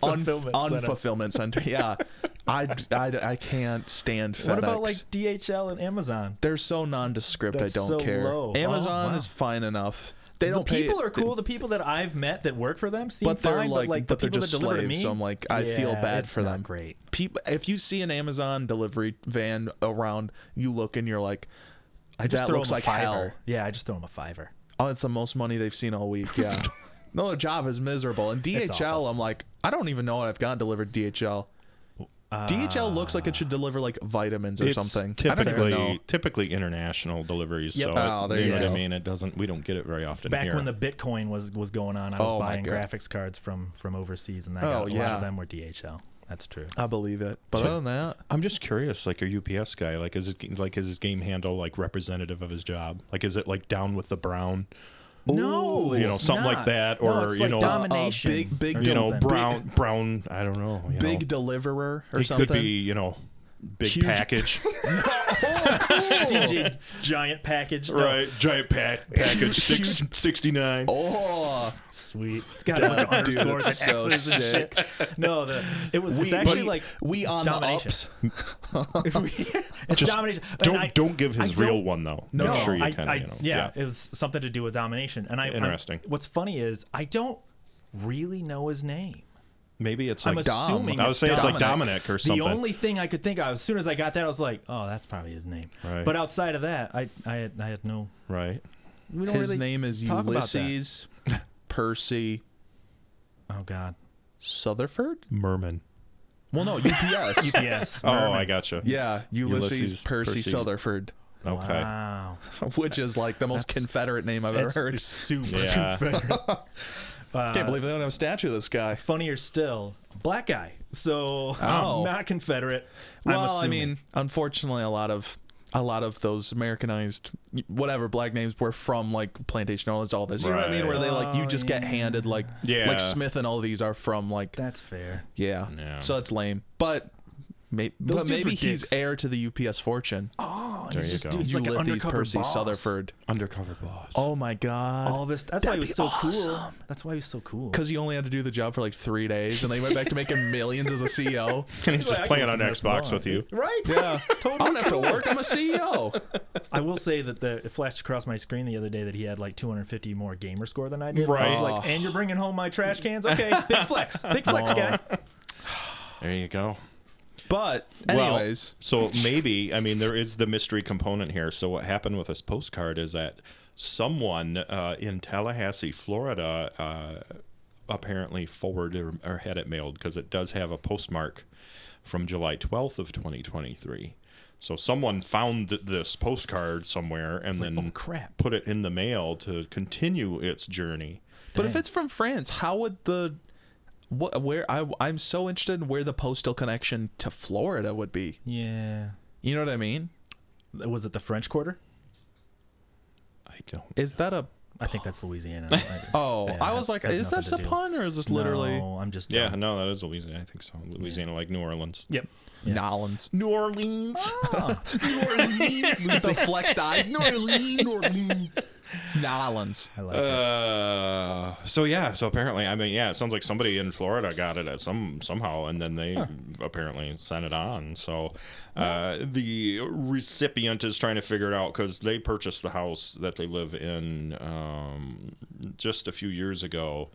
B: Unfulfillment
C: unfulfillment, unf-
B: center.
C: unfulfillment center. Yeah,
B: [laughs]
C: I, I, I can't stand FedEx.
B: What about like DHL and Amazon?
C: they're so nondescript.
B: That's
C: I don't
B: so
C: care.
B: low.
C: Amazon
B: Oh, wow.
C: is fine enough. They
B: The
C: don't. pay-
B: people are cool. The people that I've met that work for them seem
C: but they're
B: fine.
C: like,
B: but like
C: but
B: the
C: they're
B: people
C: just
B: that deliver to
C: slaves.
B: me,
C: so I'm like, I feel
B: yeah,
C: bad
B: it's
C: for
B: not
C: them.
B: Great.
C: People, if you see an Amazon delivery van around, you look and you're like,
B: I just
C: that
B: throw
C: looks
B: them
C: like
B: a fiver.
C: hell.
B: Yeah, I just throw them a fiver.
C: Oh, it's the most money they've seen all
B: [laughs]
C: week. Yeah. no, the job is miserable. And
B: awful.
C: DHL, I'm like, I don't even know what I've gotten delivered DHL. DHL looks like it should deliver like vitamins or
A: It's
C: something. I don't even know.
A: typically typically international deliveries. So
B: Yep.
C: Oh,
A: it-
C: there you
A: know what
C: go.
A: I mean. It doesn't. We don't get it very often
B: Back
A: here.
B: when the Bitcoin was was going on, I was
C: Oh, my
B: buying
C: God.
B: graphics cards from from overseas, and that
C: Oh,
B: got, a lot
C: yeah.
B: of them were DHL. That's true.
C: I believe it. But other than that,
A: I'm just curious, like a UPS guy, like is it like is his game handle like representative of his job? Like is it like down with the brown?
B: No,
A: You know, it's something like not. that, No, or, it's you like know,
B: domination.
C: domination big- big or
A: You know,
C: Something.
A: brown brown. I don't know. You
C: big
A: know.
C: deliverer or
A: He
C: something.
A: could be you know big
C: Huge-
A: package,
B: [laughs] DG giant package. Oh, No,
A: right? Giant pack package six sixty nine.
C: Oh,
B: sweet. It's got a bunch of
C: dude,
B: underscores
C: that's
B: and
C: so
B: X's and
C: sick.
B: shit. No, the it was it's
C: we
B: actually
C: we-
B: like [laughs]
C: we on
B: domination.
C: the ups. [laughs]
B: it's
A: Just
B: domination. And
A: Don't
B: I-
A: don't give
B: I
A: his
B: don't-
A: real one though. No, I'm sure you
B: I-
A: kind
B: I-
A: of you know.
B: yeah, it was something to do with domination. And I I'm-
A: Interesting.
B: what's funny is I don't really know his name.
A: Maybe it's like
B: I'm assuming
A: I was saying it's like
C: Dominic.
A: Dominic or something.
B: The only thing I could think of as soon as I got that, I was like, "Oh, that's probably his name."
A: Right.
B: But outside of that, I I had, I had no.
A: right.
B: We don't
C: His
B: really
C: name is
B: talk about that. [laughs]
C: Ulysses Percy
B: Oh God.
C: Sutherford.
A: Merman.
C: Well,
B: [laughs]
C: no, UPS.
B: Yes.
A: [laughs] Oh, I gotcha.
C: yeah, Ulysses,
A: Ulysses
C: Percy,
A: Percy.
C: Sutherford,
A: Okay.
B: Wow.
C: which is like the most Confederate name I've ever
B: That's
C: heard.
B: super
A: Yeah.
B: Confederate.
A: [laughs]
B: Uh,
C: Can't believe they don't have a statue of this guy.
B: Funnier still, black guy. So
C: Oh.
B: I'm not Confederate. I'm
C: Well, I
B: assuming.
C: mean, unfortunately, a lot of a lot of those Americanized whatever black names were from like plantation owners, all this. You know what I mean?
A: Right.
C: Where they like you just get handed like
A: Yeah.
C: like Smith and all these are from like
B: that's fair.
C: yeah.
A: Yeah.
C: So it's lame, but. May, but
B: dudes
C: maybe
B: were
C: he's
B: dicks.
C: heir to the UPS fortune.
B: Oh,
A: There
B: he's
A: you
B: just
A: go.
B: dude, he's like an
C: Ulysses
B: undercover
C: Percy
B: boss.
C: Sutherford.
A: Undercover boss.
C: Oh [laughs] my god!
B: All this. That's why he was so cool. That's why he was so cool.
C: because he only had to do the job for like three days, and they went back
B: [laughs]
C: to making millions as a CEO.
A: and he's just
B: I
A: playing
B: can
A: on
B: listen to
A: Xbox
B: this
A: with you.
B: Right.
C: Yeah, I don't have to work. I'm a E CEO.
B: I will say that the it flashed across my screen the other day that he had like 250 more gamer score than I did. I was
A: Right.
B: like, and you're bringing home my trash cans? Okay, big flex, big flex, guy.
A: There you go.
C: But
A: Well,
C: anyways,
A: so maybe I mean there is the mystery component here. So what happened with this postcard is that someone uh, in Tallahassee, Florida, uh, apparently forwarded or, or had it mailed because it does have a postmark from July 12th of 2023. So someone found th- this postcard somewhere and then
B: "Oh, crap."
A: put it in the mail to continue its journey.
C: but if it's from France, how would the what where I I'm so interested in where the postal connection to Florida would be.
B: Yeah.
C: You know what I mean?
B: Was it the French Quarter?
A: I don't.
C: Is that a
B: I think that's Louisiana. I-
C: oh?
B: Yeah,
C: I was
B: that
C: like,
B: has
C: is
B: nothing
C: that
B: to
C: a
B: do.
C: pun or is this literally
B: No, I'm just.
A: Yeah,
B: dumb.
A: no, that is Louisiana. I think so. Louisiana, like New Orleans.
B: Yep. Yeah.
C: Nolans?
A: New Orleans.
C: Ah.
B: [laughs]
C: [laughs]
B: [laughs]
C: New Orleans with the flexed eyes. New Orleans. Nolans.
B: I like it.
A: Uh, so yeah, so apparently, I mean, yeah, it sounds like somebody in Florida got it at some somehow, and then they apparently sent it on. So uh, the recipient is trying to figure it out because they purchased the house that they live in um, just a few years ago.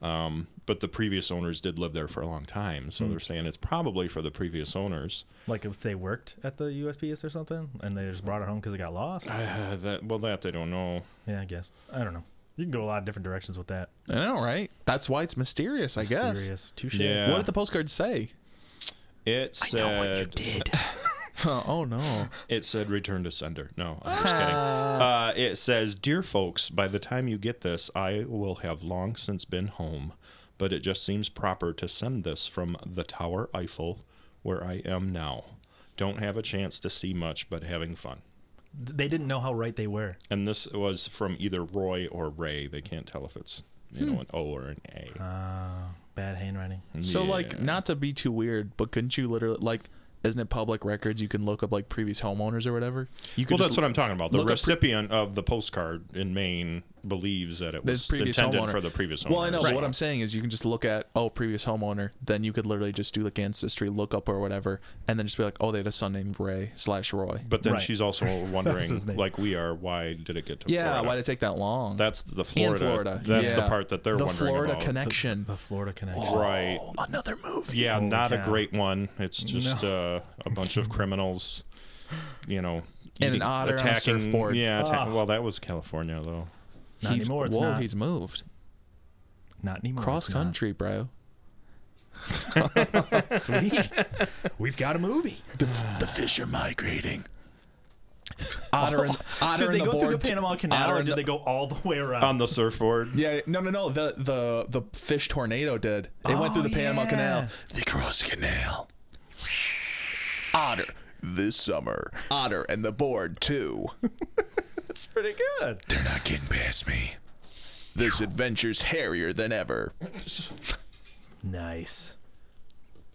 A: Um, but the previous owners did live there for a long time, so they're saying it's probably for the previous owners.
B: Like if they worked at the USPS or something, and they just brought it home because it got lost.
A: Uh, that well, that they don't know.
B: Yeah, I guess. I don't know. You can go a lot of different directions with that.
C: I know, right? That's why it's mysterious, I guess.
B: Mysterious. Touche.
A: Yeah.
C: What did the postcard say? [laughs]
A: It said
E: did.
C: Huh, oh no.
A: It said return to sender. No, I'm just
C: Ah.
A: kidding. Uh, it says, Dear folks, by the time you get this, I will have long since been home, but it just seems proper to send this from the Tower Eiffel, where I am now. Don't have a chance to see much, but having fun.
B: They didn't know how right they were.
A: And this was from either Roy or Ray. They can't tell if it's, you
C: Hmm.
A: know, an O or an
C: Uh,
A: A.
B: Bad handwriting.
C: So like
A: Yeah.
C: not to be too weird, but couldn't you literally like isn't it public records you can look up like previous homeowners or whatever? You could
A: Well, that's what I'm talking about. The
C: look up pre-
A: recipient of the postcard in Maine believes that it
C: this
A: was
C: previous
A: intended
C: homeowner
A: for the previous homeowner.
C: Well, I know, but
A: so-
C: what I'm saying is you can just look at oh previous homeowner, then you could literally just do like ancestry lookup or whatever, and then just be like oh they had a son named Ray slash Roy.
A: But then
B: Right.
A: she's [laughs] also
B: his
A: wondering,
B: name.
A: like we are, why did it get to
C: yeah,
A: Florida?
C: why did it take that long?
A: That's the Florida.
C: Florida,
A: That's
C: yeah.
A: the part that they're
C: the
A: wondering
C: Florida Oh,
A: about.
C: connection.
B: The Florida connection.
A: Right.
C: Another movie.
A: Yeah,
B: Holy
A: not a
B: cow.
A: great one. It's just uh, a bunch [laughs] of criminals, you know,
C: And an
A: eating-
C: otter on a
A: attacking.
C: surfboard.
A: Yeah. atta-
B: Ah.
A: Well, that was California though.
B: Not
C: he's,
B: anymore. It's
C: whoa,
B: not.
C: he's moved
B: not anymore.
C: cross
B: it's not.
C: country, bro.
B: [laughs] Sweet. We've got a movie.
C: The fish are migrating. Otter and otter
B: Did they
C: and the
B: go through
C: board
B: the
C: t-
B: Panama Canal,
C: otter
B: or
C: and
B: did
C: the-
B: they go all the way around?
A: On the surfboard.
C: Yeah, no, no, no. The the the fish tornado did. It went through the Panama
B: yeah.
C: Canal.
F: The cross canal.
C: Otter this summer. Otter and the board too.
B: That's pretty good.
F: They're not getting past me.
C: This adventure's hairier than ever.
B: Nice.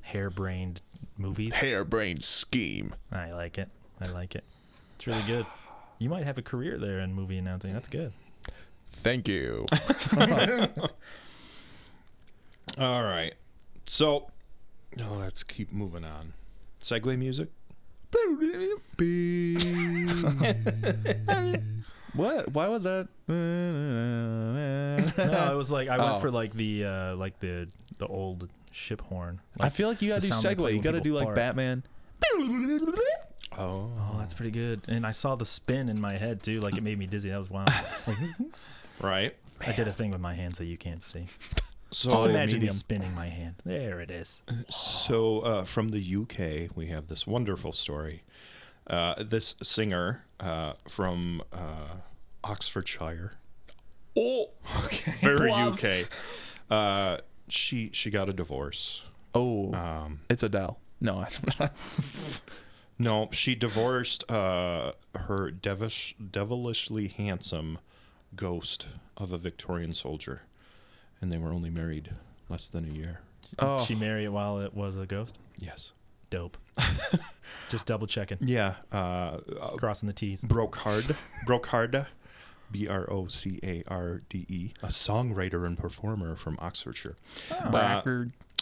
B: Hairbrained movies.
C: Hairbrained scheme.
B: I like it. I like it. It's really good. You might have a career there in movie announcing. That's good.
C: Thank you.
A: All right. So, no, let's keep moving on. Segway music.
C: [laughs] what? Why was that?
B: No, [laughs] it was like I went
C: Oh.
B: for like the uh like the the old ship horn.
C: I feel like you gotta
B: the
C: do
B: sound they play
C: segue. You
B: when
C: gotta
B: people
C: do like
B: fart.
C: Batman.
B: Oh, that's pretty good. And I saw the spin in my head too. Like it made me dizzy. That was [laughs] wild. Like,
A: Right.
B: I did a thing with my hand so you can't see.
A: So
B: Just imagine
A: Oh,
B: me
A: medium.
B: spinning my hand. There it is.
A: So, uh, from the UK, we have this wonderful story. Uh, this singer uh, from uh, Oxfordshire. Oh, very UK. Uh, she she got a divorce.
C: Oh, it's Adele. No, I don't know.
A: No, she divorced uh, her devish, devilishly handsome ghost of a Victorian soldier, and they were only married less than a year.
C: Oh.
B: She married it while it was a ghost.
A: Yes. [laughs]
B: Dope. Just double checking,
A: Yeah. Uh,
B: crossing the T's.
A: Brocard, Brocarda, B R O C A R D E, a songwriter and performer from Oxfordshire. Uh,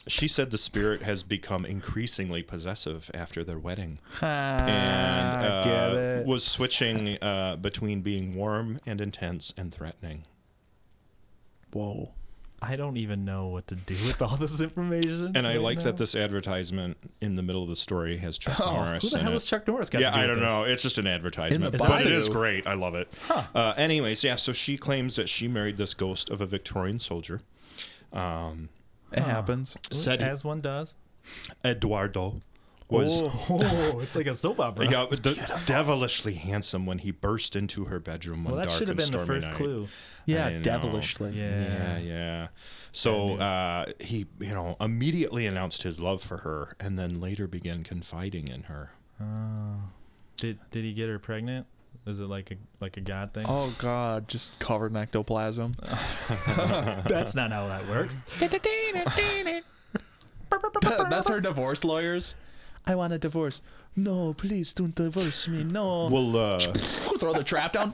A: she said the spirit has become increasingly possessive after their wedding
B: Ah,
A: and uh, was switching uh, between being warm and intense and threatening.
C: Whoa.
B: I don't even know what to do with all this [laughs] information.
A: And I
B: right
A: like
B: now.
A: that this advertisement in the middle of the story has Chuck Norris.
B: Oh, Who the
A: in
B: hell
A: it.
B: is Chuck Norris got
A: yeah,
B: to do
A: I
B: with
A: don't
B: this?
A: know. It's just an advertisement,
C: the
A: but it
C: bio.
A: is great. I love it. Uh, anyways, yeah. So she claims that she married this ghost of a Victorian soldier,
C: It happens.
A: said
B: As one does.
A: Eduardo was [laughs]
B: oh, [laughs] it's like a soap opera.
A: yeah, de- devilishly handsome when he burst into her bedroom one
B: Well, that
A: dark
B: should have
A: and
B: been the
A: stormy
B: first
A: night.
B: clue.
A: I
C: Yeah,
A: know.
C: devilishly.
A: Yeah, yeah. So uh, he, you know, immediately announced his love for her, and then later began confiding in her.
B: Did did he get her pregnant? Is it like a like a god thing?
C: Oh god, just covered in ectoplasm.
B: That's
A: [laughs]
B: not how that works.
C: [laughs] That's her divorce lawyers. I want a divorce. No, please don't divorce me. No.
A: We'll uh,
C: [laughs] Throw the trap down.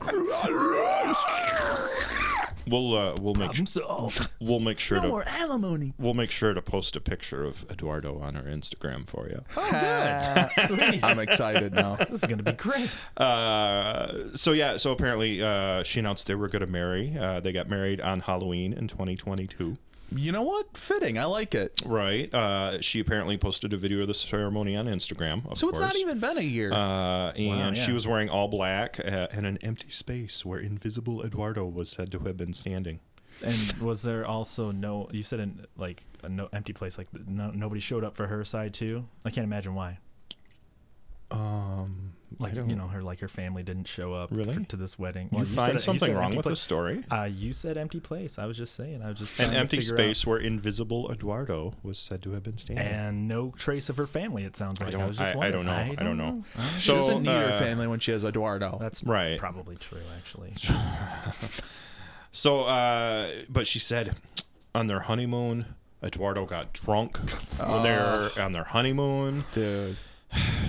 A: we'll uh, we'll make
B: Problem solved.
A: we'll make sure
C: no
A: to
C: more alimony.
A: we'll make sure to post a picture of Eduardo on our Instagram for you.
B: [laughs] Sweet.
C: I'm excited now.
B: This is gonna be great.
A: Uh, so yeah, so apparently uh, she announced they were going to marry. Uh, they got married on Halloween in 2022.
C: You know what? Fitting. I like it.
A: Right. Uh, she apparently posted a video of the ceremony on Instagram. Of
C: So it's
A: course.
C: not even been a year.
A: Uh, and she
B: yeah.
A: was wearing all black uh, in an empty space where invisible Eduardo was said to have been standing.
B: And was there also no? You said in like a no empty place, like no, nobody showed up for her side too. I can't imagine why.
A: Um,
B: Like
A: don't-
B: you know, her like her family didn't show up
A: Really?
B: for, to this wedding.
A: you,
B: Well, said it-
A: find something
B: said
A: wrong
B: empty
A: with
B: pla-
A: this story?
B: Uh, you said empty place. I was just saying. I was just
A: An
B: trying to
A: empty
B: figure out-
A: space where invisible Eduardo was said to have been standing.
B: and no trace of her family. It sounds like
A: I
B: I,
A: don't.
B: was just
A: I, I don't
B: wondering.
A: know. I don't know. So,
C: she doesn't need her
A: uh,
C: family when she has Eduardo.
B: That's
A: Right.
B: Probably true,
A: [laughs]
B: actually.
A: So, uh, but she said on their honeymoon, Eduardo got
C: [laughs]
A: drunk when
C: Oh.
A: they're on their honeymoon.
C: Dude.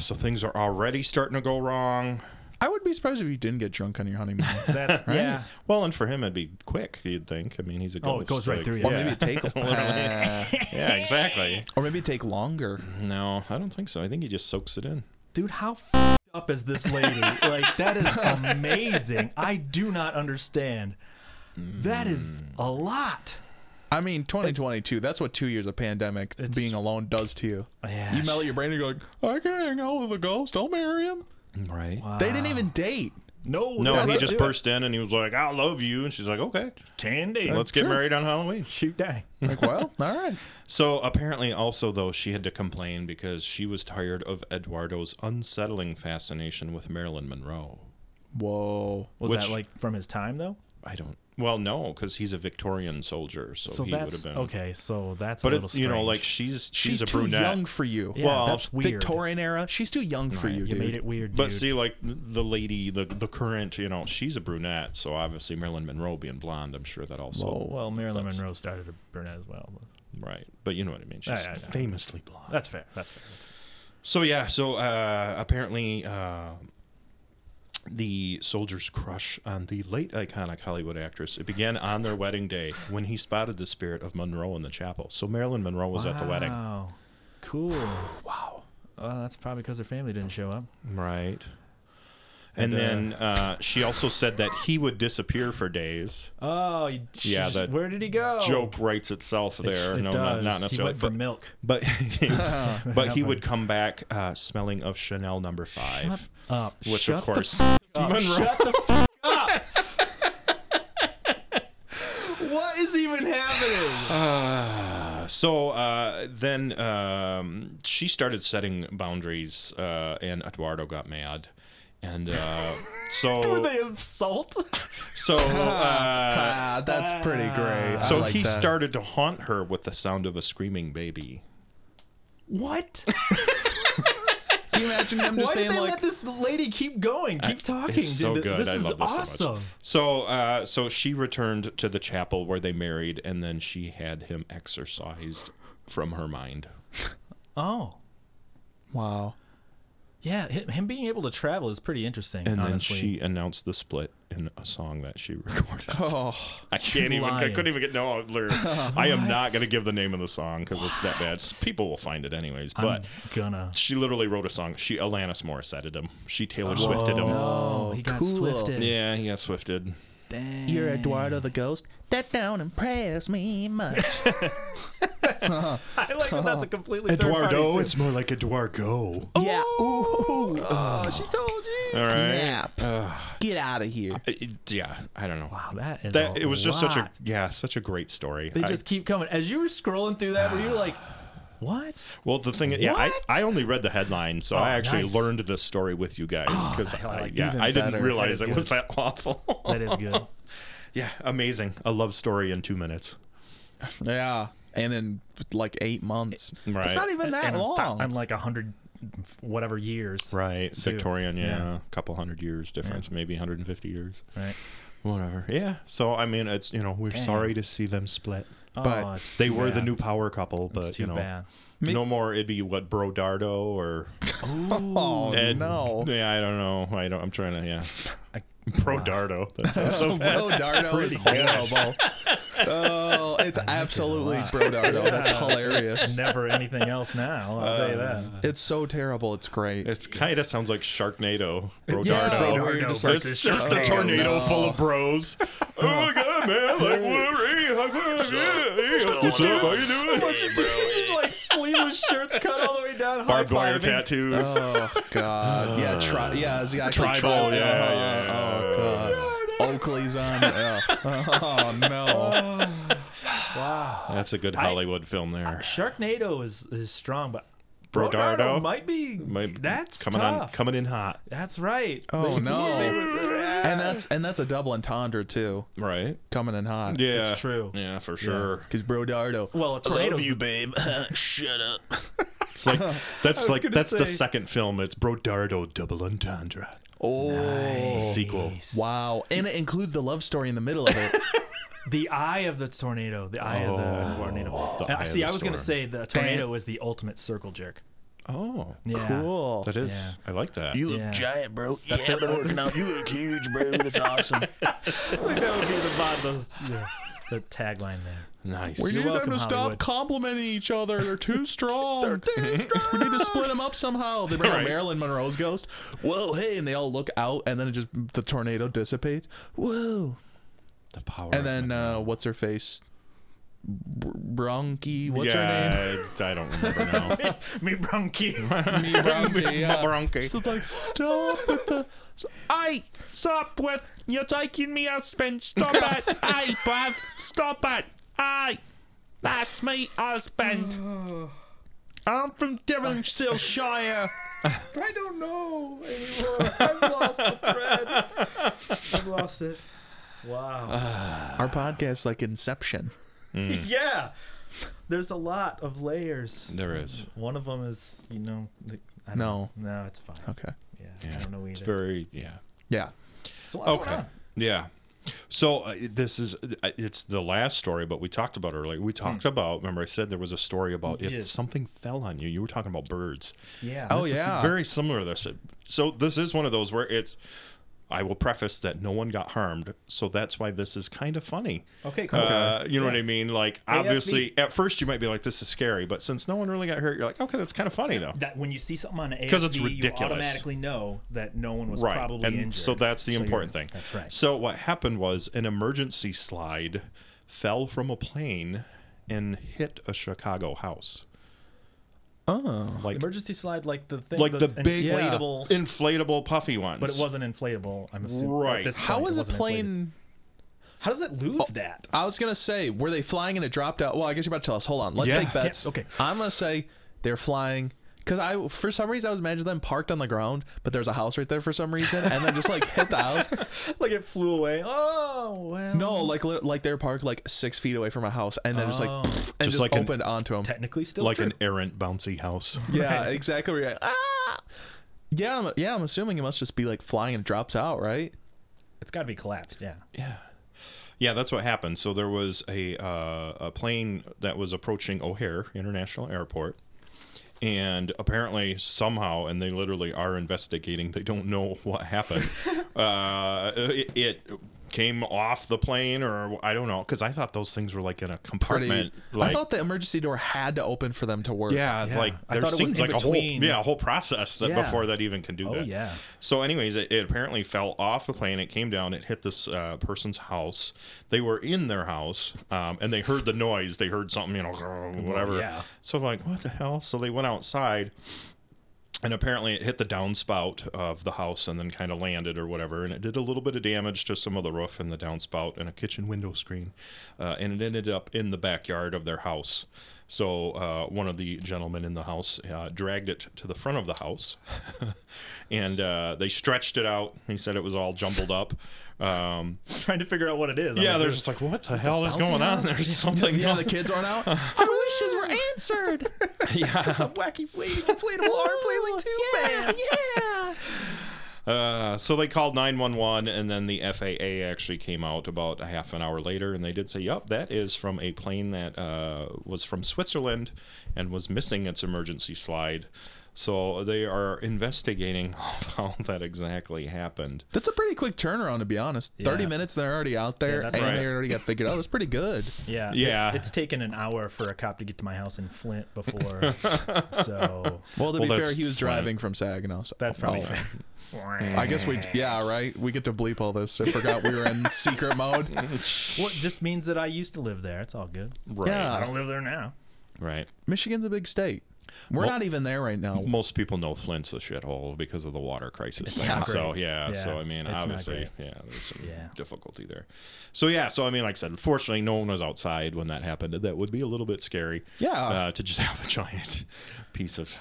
A: So things are already starting to go wrong.
C: I would be surprised if you didn't get drunk on your honeymoon.
B: That's yeah.
A: Well, and for him, it'd be quick. You'd think. I mean, he's a ghost.
B: Oh, it goes right
A: like-
B: through you.
C: Or
B: [laughs]
C: maybe it take uh,
A: Yeah, exactly.
C: [laughs] Or maybe it take longer.
A: No, I don't think so. I think he just soaks it in.
B: Dude, how f- up is this lady? like that is amazing. I do not understand. That is a lot.
C: I mean, 2022. That's what two years of pandemic being alone does to you.
B: Yeah.
C: You melt your brain and you go, I can't hang out with a ghost. I'll marry him.
A: Right.
C: They didn't even date.
B: No,
A: No,
B: that's
A: he
B: it.
A: just burst in and he was like, "I love you," and she's like, "Okay,
B: candy.
A: let's get married on Halloween."
B: shoot day.
C: Like, well, [laughs] all right.
A: So apparently, also though, she had to complain because she was tired of Eduardo's unsettling fascination with Marilyn Monroe.
C: Whoa.
B: Was
A: Which-
B: that like from his time though?
A: I don't. Well, no, because he's a Victorian soldier, so,
B: So
A: he would have
B: that's
A: been
B: okay. So that's
A: But
B: a little
A: it's you know,
B: strange.
A: like she's she's,
C: She's,
A: a
C: too
A: brunette.
C: young for you.
B: yeah,
A: well,
B: that's weird.
C: Victorian era. She's too young for you,
B: You
C: dude.
B: made it weird,
A: But
B: dude.
A: see, like the lady, the the current, you know, she's a brunette, so obviously Marilyn Monroe being blonde, I'm sure that also
B: Oh, well, Marilyn Monroe started a brunette as well.
A: right. But you know what I mean? She's
B: I- I know.
A: famously blonde.
B: That's fair. That's fair. That's fair.
A: So yeah, so uh, apparently uh, the soldier's crush on the late iconic Hollywood actress it began on their wedding day when he spotted the spirit of Monroe in the chapel. So Marilyn Monroe was at the wedding,
B: Wow. Cool.
A: [sighs]
B: wow. Well, that's probably because her family didn't show up.
A: right? And, then uh, she also said that he would disappear for days.
B: Oh, you- she
A: Yeah,
B: just-
A: that
B: where did he go?
A: Joke writes itself there.
B: It's- it
A: no, Not,
B: does.
A: not
B: He
A: necessarily.
B: went for
A: but-
B: milk. [laughs]
A: But [laughs] but he would come back uh, smelling of Chanel number five,
B: Up.
A: which
B: Shut
A: of course
B: The,
A: Monroe.
B: shut the f- up. what is even happening?
A: So uh, then um, she started setting boundaries, uh, and Eduardo got mad. And
B: [laughs]
A: uh,
B: Were
A: so,
B: they assault? [laughs]
A: so, uh,
C: Ah, that's pretty great. I
A: so
C: like
A: he
C: that.
A: started to haunt her with the sound of a screaming baby.
B: What?
C: Can you imagine him just
B: Why did
C: being
B: they
C: like,
B: let this lady keep going? Keep talking.
A: It's so
B: dude.
A: good.
B: This
A: I
B: is
A: love this so much.
B: awesome.
A: So, uh, so she returned to the chapel where they married, and then she had him exorcised from her mind.
B: oh.
C: wow.
B: Yeah, hi- him being able to travel is pretty interesting.
A: And
B: honestly.
A: then she announced the split in a song that she [laughs] recorded.
C: Oh,
A: I can't even. I
B: lying. Oh,
A: couldn't even get no
B: [laughs]
A: lyric. I am not going to give the name of the song because it's that bad. S- People will find it anyways. But
B: I'm gonna.
A: she literally wrote a song. She Alanis Morissette did him. She Taylor Swifted him.
B: Oh, he got
C: cool.
A: [laughs]
B: swifted.
A: Yeah, he got swifted.
B: Dang.
E: You're Eduardo the Ghost. That don't impress me much.
B: [laughs] I like that. That's a completely Third party
A: more like Eduardo. All
E: Yeah. Ooh.
B: oh, she told you.
A: right.
E: Snap. Get out of here.
A: It- yeah, I don't know.
B: Wow, that is.
A: That
B: a
A: it was just such a
B: lot.
A: yeah, such a great story.
B: They
A: I-
B: just keep coming. As you were scrolling through that, were you like, what?
A: well, the thing, yeah, I,
B: What? Oh,
A: I only read the headline, so I actually
B: nice. Oh,
A: learned this story with you guys because I, yeah,
C: even
A: I didn't
C: better.
A: realize
B: That
A: it
B: is
A: was that [laughs] awful.
B: That is good.
A: yeah, amazing. A love story in two minutes.
C: yeah. And in like eight months.
A: Right.
C: It's not even that
B: And
C: long.
B: I'm like a hundred, whatever years.
A: Right, Victorian, yeah,
B: Yeah.
A: a couple hundred years difference, maybe 150 years,
B: Right.
A: whatever. Yeah. So I mean, it's you know we're sorry to see them split.
C: But
B: Oh, it's
A: They
B: too
A: were the
B: bad.
A: new power couple, but
B: It's too
A: you know,
B: bad.
A: no more. It'd be what Bro Dardo or
C: oh
A: Ed.
C: no,
A: Yeah, I don't know. I don't. I'm trying to. Yeah, Bro Dardo. That's, that's so bad.
C: [laughs] Bro Dardo is horrible. oh, it's absolutely Bro Dardo. That's hilarious.
B: It's never anything else now. I'll tell you that.
C: It's so terrible. It's great.
A: It's kind of sounds like Sharknado. Bro
C: Yeah,
A: Dardo.
C: where you're
B: Dardo
C: just like,
A: It's just a tornado full of bros. [laughs] oh my god, man! Like, what? Hey, what's up? What's up? How you doing?
C: [laughs] like sleeveless shirts cut all the way down.
A: Barbed wire tattoos.
C: Oh god. [sighs] Yeah, tri- yeah, it's actually
A: Tribal,
C: tribal.
A: yeah,
C: Uh-huh.
A: yeah, yeah,
C: Oh god. Oakley's on. Yeah. [laughs] Oh no.
A: That's a good Hollywood film there.
B: Sharknado is is strong, but
A: Bro Dardo.
B: might be
A: Might-
B: that's
A: coming on,
B: tough.
A: coming in hot,
B: That's right.
C: Oh no.
B: That's
C: And that's and that's a double entendre too,
A: right?
C: coming in hot.
A: Yeah,
B: It's true.
A: Yeah, for sure.
C: Cause Bro Dardo.
B: Well, a tornado.
E: babe. Shut up.
A: It's
C: [laughs]
A: like that's like
C: gonna
A: that's the
C: say-
A: second film. It's Brodardo Double Entendre.
C: Oh
A: It's the sequel.
C: wow. And it includes the love story in the middle of it.
B: The eye of the tornado. The eye of the tornado.
A: Oh, The
B: Uh,
A: Eye of
B: see,
A: the
B: I was going to
A: Storm.
B: say the tornado is the ultimate circle jerk.
A: Oh,
B: Yeah.
C: [laughs] Cool.
A: that is.
B: Yeah.
A: I like that.
E: You look
B: Yeah.
E: giant, bro. Yeah, I've been working out. You look huge, bro. That's awesome.
B: [laughs] That would be the bottom of yeah, the tagline there.
A: nice.
C: We
B: You're
C: need
B: welcome,
C: them to
B: Hollywood.
C: stop complimenting each other. They're too strong. They're too strong. [laughs] we need to split them up somehow. They bring out
A: Right.
C: Marilyn Monroe's ghost. Whoa, hey, and they all look out, and then it just the tornado dissipates. Whoa,
A: the power.
C: and then uh, what's her face? Br- Bronchi. What's her
A: yeah, I, I don't remember now.
B: Me brunky.
C: name? Bronchi. Yeah.
A: Bronchi.
C: So like, stop with the.
G: I stop with you're taking me husband. Stop it. I bruv. Stop it. I that's me husband. I'm from Devonshire.
B: I don't know anymore. I've lost the thread. I've lost it.
A: Uh-huh.
B: Wow.
C: Our podcast like Inception.
B: yeah. There's a lot of layers.
A: there is.
B: One of them is, you know, I don't-
C: No.
B: no, it's fine.
C: Okay.
B: Yeah, I don't know either.
A: It's very yeah.
C: Yeah.
B: It's a lot
A: Okay.
B: going on.
A: Yeah. So uh, this is uh, it's the last story, but we talked about earlier. We talked about remember I said there was a story about if
B: Yeah.
A: something fell on you. You were talking about birds.
B: Yeah.
C: Oh
B: this is-
C: yeah.
A: Very similar to this. So this is one of those where it's. I will preface that no one got harmed, so that's why this is kind of funny.
B: Okay, cool.
A: Uh, you know what I mean? Like, obviously, at first you might be like, "This is scary," but since no one really got hurt, you're like, "Okay, that's kind of funny, though."
B: That when you see something on AFV,
A: 'Cause it's
B: you
A: ridiculous.
B: automatically know that no one was probably
A: and
B: injured.
A: So that's the
B: you're-
A: important thing.
B: That's right.
A: So what happened was an emergency slide fell from a plane and hit a Chicago house. Oh, like
B: Emergency slide, like the thing,
A: like the, big
B: inflatable,
A: inflatable puffy ones.
B: but it wasn't inflatable. I'm assuming.
A: Right.
B: At this
C: How
B: point,
C: was
B: it
C: a
B: wasn't inflated.
C: plane?
B: How does it lose
A: Oh.
B: that?
C: I was gonna say, were they flying and it dropped out? Well, I guess you're about to tell us. Hold on, let's
A: Yeah.
C: take bets.
B: Yeah, okay.
C: I'm gonna say they're flying because I, for some reason, I was imagining them parked on the ground, but there's a house right there for some reason, and then just like hit the house.
B: [laughs] Like it flew away. Oh well.
C: No, like li- like they're parked like six feet away from a house, and then just like pfft, and just,
A: like an-
C: opened onto them.
B: Technically, still
A: like
B: true.
A: an errant bouncy house.
C: yeah, exactly. Right. Ah! Yeah, I'm, yeah. I'm assuming it must just be like flying and drops out, right?
B: It's got to be collapsed. Yeah.
A: Yeah, that's what happened. So there was a uh, a plane that was approaching O'Hare International Airport, and apparently somehow, and they literally are investigating. They don't know [laughs] what happened. uh, it, it came off the plane, or I don't know, because I thought those things were like in a
C: Pretty.
A: compartment. Like,
C: I thought the emergency door had to open for them to work.
A: yeah,
B: Yeah.
A: like
B: I
A: there
B: thought it was
A: seems
B: in
A: like a whole
B: between.
A: yeah a whole process that
B: Yeah.
A: before that even can do
B: Oh,
A: that.
B: yeah.
A: So, anyways, it, it apparently fell off the plane. It came down. It hit this uh, person's house. They were in their house, um, and they heard the noise. They heard something, you know, whatever.
B: yeah.
A: So, I'm like, what the hell? So they went outside. And apparently, it hit the downspout of the house and then kind of landed or whatever. And it did a little bit of damage to some of the roof and the downspout and a kitchen window screen. Uh, and it ended up in the backyard of their house. So, uh, one of the gentlemen in the house uh, dragged it to the front of the house [laughs] and uh, they stretched it out. He said it was all jumbled up. Um,
B: [laughs] Trying to figure out what it is.
A: yeah,
B: I'm
A: they're
B: assuming-
A: just like, what the hell is going on? There's something.
C: [laughs] Yeah,
A: Yeah,
C: the kids aren't [laughs] out. Our wishes were answered.
B: [laughs] wacky, inflatable arm flailing too.
C: yeah.
A: Uh, so they called 911, and then the FAA actually came out about a half an hour later, and they did say, "Yep, that is from a plane that uh, was from Switzerland and was missing its emergency slide." So they are investigating [laughs] how that exactly happened.
C: That's a pretty quick turnaround, to be honest. Thirty
B: Yeah.
C: minutes, they're already out there,
B: that's
C: and
A: right.
C: they already got figured out. That's pretty good.
B: Yeah.
A: Yeah.
B: It, it's taken an hour for a cop to get to my house in Flint
A: [laughs]
B: before. so
C: Well, to
A: Well,
C: be fair,
A: that's
C: he was
A: fine.
C: driving from Saginaw. So
B: that's probably
C: Oh.
B: fair.
C: I
B: [laughs]
C: guess we, yeah, right. We get to bleep all this. I forgot we were in secret mode.
B: Well, it just means that I used to live there. It's all good.
A: Right.
B: I
C: Yeah,
B: don't live there now.
A: Right.
C: Michigan's a big state. We're
A: Well-
C: not even there right now.
A: Most people know Flint's a shithole because of the water crisis. thing.
B: not
A: So
B: great.
A: yeah,
B: Yeah,
A: So I mean,
B: it's not
A: obviously,
B: great.
A: yeah, there's some
B: Yeah.
A: difficulty there. So yeah. So I mean, like I said, fortunately, no one was outside when that happened. That would be a little bit scary.
C: Yeah.
A: Uh, to just [laughs] have a giant piece of.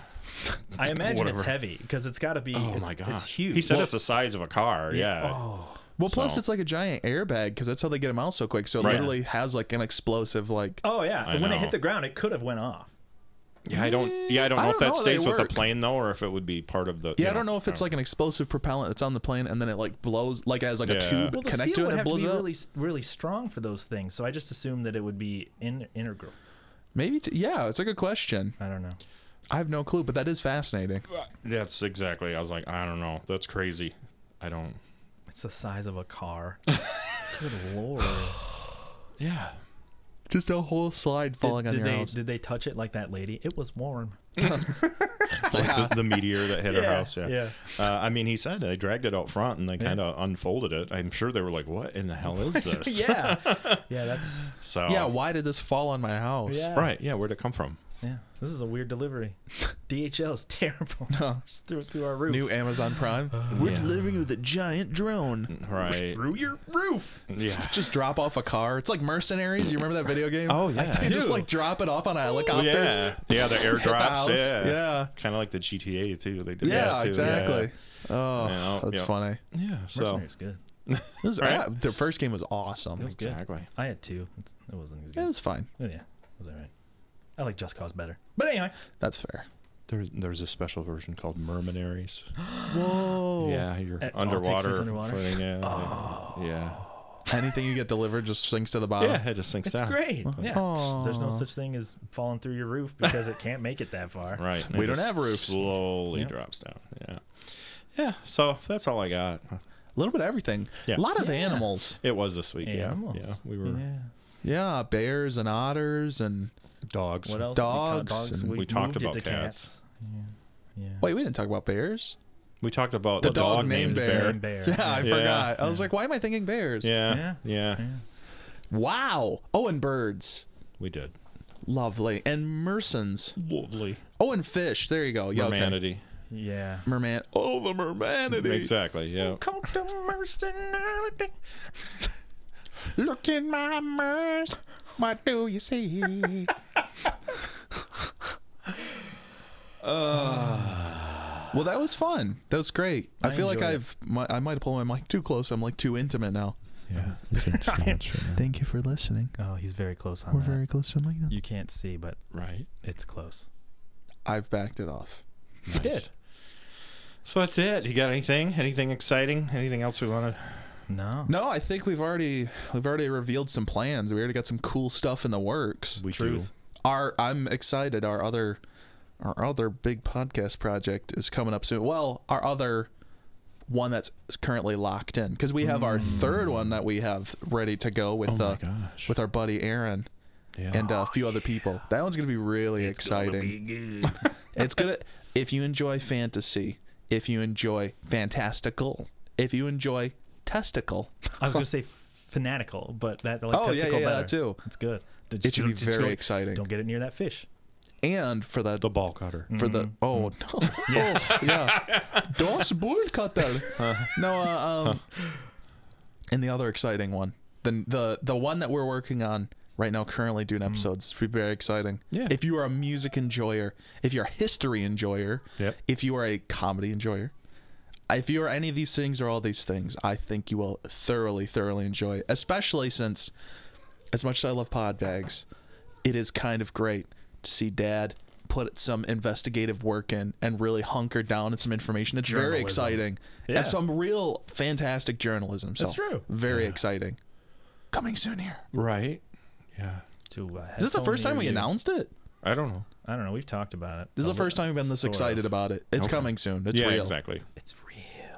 B: I imagine
A: Whatever.
B: it's heavy because it's got to be.
A: Oh
B: it-
A: my gosh.
B: It's huge.
A: He said it's the size of a car. Yeah.
C: Oh, Well, plus
A: So-
C: it's like a giant airbag because that's how they get them out so quick. So it
A: Right.
C: literally has like an explosive like.
B: Oh yeah.
A: I
B: when
A: know.
B: it hit the ground, it could have went off.
A: Yeah. I don't. Yeah. I don't know
C: I
A: if
C: don't
A: that
C: know how they
A: stays with the
C: work.
A: plane though, or if it would be part of the.
C: Yeah, I don't know if
A: Oh.
C: it's like an explosive propellant that's on the plane and then it like blows like as like
A: Yeah.
C: a tube
B: Well, the
C: connect
B: seal
C: to it
B: would
C: and it
B: have to
C: blows
B: be
C: it up.
B: really, really strong for those things. So I just assumed that it would be in, integral.
C: Maybe t- yeah, it's a good question.
B: I don't know.
C: I have no clue, but that is fascinating.
A: That's exactly. I was like, I don't know. That's crazy. I don't.
B: It's the size of a
C: [laughs]
B: car. Good lord.
A: Yeah.
C: Just a whole slide falling
B: did,
C: on
B: did
C: your
B: they
C: house.
B: did they touch it like that lady? It was warm.
A: like the, the meteor that hit
B: Yeah,
A: her house. Yeah.
B: yeah.
A: Uh, I mean, he said they dragged it out front and they kind of unfolded it. I'm sure they were like, "What in the hell is this?"
B: yeah. [laughs] Yeah,
C: [laughs]
B: that's
A: So
C: yeah, why did this fall on my house?
B: yeah.
A: right. Yeah, where'd it come from?
B: Yeah. This is a weird
C: [laughs]
B: delivery. DHL is terrible. [laughs] Just threw it through our roof.
C: New Amazon
A: [sighs]
C: Prime. We're delivering with a giant drone.
A: Right.
B: through your roof.
A: Mm, Yeah.
C: [laughs] Just drop off a car. It's like Mercenaries. You remember that video game?
A: Oh,
C: [laughs]
A: yeah.
C: You just
B: do.
C: like drop it off on helicopters.
A: Yeah. Yeah. The
C: Hit the
A: airdrops.
C: house.
A: yeah.
C: Yeah.
A: Kind of like the GTA too. They did.
C: Yeah,
A: that, too.
C: exactly. Oh,
A: Yeah,
C: that's
A: yeah.
C: funny.
A: Yeah. yeah so
B: Mercenaries good.
C: This is,
A: Right?
C: yeah, the first game was awesome. It
A: exactly.
B: I had two. It's, it wasn't as good.
C: was fine.
B: Oh, yeah. It was all right. I like Just Cause better. But anyway,
C: That's fair.
A: There's there's a special version called Merminaries.
C: Whoa.
A: Yeah, you're
B: It all takes
A: underwater.
B: place underwater?
A: floating, yeah. Yeah.
C: Anything you get delivered just sinks to the bottom.
A: Yeah, it just sinks
B: it's
A: down.
B: great. Yeah. it's- There's no such thing as falling through your roof because it can't make it that far.
A: Right. and
C: We
A: it
C: don't
A: just
C: have roofs.
A: Slowly
B: Yeah.
A: drops down. Yeah. Yeah. So that's all I got.
C: A little bit of everything.
A: Yeah.
C: A lot of animals.
A: It was this week.
B: Animals.
A: Yeah. Yeah. We were
B: Yeah.
C: Yeah, bears and otters and
A: dogs.
B: What else? We, ca-
C: Dogs
B: dogs.
C: and-
A: We talked
B: moved it
A: about
B: to
A: cats.
B: Yeah. yeah.
C: wait, we didn't talk about bears.
A: We talked about
C: The
A: a
C: dog
A: named
C: named
A: Bear.
B: Named Bear.
C: [laughs] Yeah, I
A: Yeah.
C: forgot. I was like, why am I thinking bears?
A: Yeah, yeah.
B: Yeah.
C: Wow. Oh, and birds.
A: We did.
C: Lovely. And mersons.
A: Lovely.
C: Oh, and fish. There you go. Yeah, okay.
A: Humanity.
B: Yeah.
C: Merman. Oh, the mermanity.
A: Exactly. Yeah.
B: Cult of mercenary.
E: Look in my mirrors. What do you see?
C: [sighs] Well, that was fun. That was great. I, feel like
B: enjoyed it.
C: I've my, I might have pulled my mic too close. I'm like too intimate now.
A: Yeah.
C: [laughs] Thank you for listening.
B: Oh, he's very close on
C: We're
B: that.
C: very close to the mic now.
B: You can't see, but
A: right.
B: it's close.
C: I've backed it off.
A: You did. So that's it. You got anything? Anything exciting? Anything else we want to?
B: No.
C: No, I think we've already we've already revealed some plans. We already got some cool stuff in the works.
A: We
B: Truth.
C: Our I'm excited. Our other our other big podcast project is coming up soon. Well, our other one that's currently locked in because we have our third one that we have ready to go with
A: Mm. Oh my
C: uh,
A: gosh.
C: with our buddy Aaron
A: Yeah.
C: and uh, a few other people. That one's gonna be really exciting.
B: [laughs]
C: it's gonna if you enjoy fantasy, if you enjoy fantastical, if you enjoy testicle.
B: I was gonna say fanatical, but that I like
C: Oh, yeah,
B: testicle
C: yeah,
B: better.
C: yeah, that too.
B: It's good. Just
C: It should be
B: don't- just
C: very
B: don't-
C: exciting.
B: Don't get it near that fish.
C: and for the,
A: the ball cutter.
C: for the oh no
A: Mm-hmm. [laughs]
C: yeah, [laughs] yeah. Das Bull cutter.
A: Uh-huh.
C: no uh, um and the other exciting one the the the one that we're working on right now currently doing episodes it's very exciting
A: Mm-hmm. Yeah.
C: if you are a music enjoyer if you're a history enjoyer
A: Yep.
C: if you are a comedy enjoyer if you are any of these things or all these things I think you will thoroughly thoroughly enjoy especially since as much as I love pod bags, it is kind of great to see dad put some investigative work in and really hunker down at some information. It's very
B: Journalism.
C: exciting.
B: Yeah.
C: And some real fantastic journalism. So
B: That's true.
C: Very exciting. Coming soon here.
A: Right. Yeah.
B: To, uh,
C: Is this the first time we announced it?
A: I don't know.
B: I don't know. We've talked about it.
C: This is
B: A
C: the first
B: li-
C: time we've been this
B: sort
C: excited
B: of.
C: about it. It's coming soon. It's
A: yeah,
C: real.
A: exactly.
B: It's real.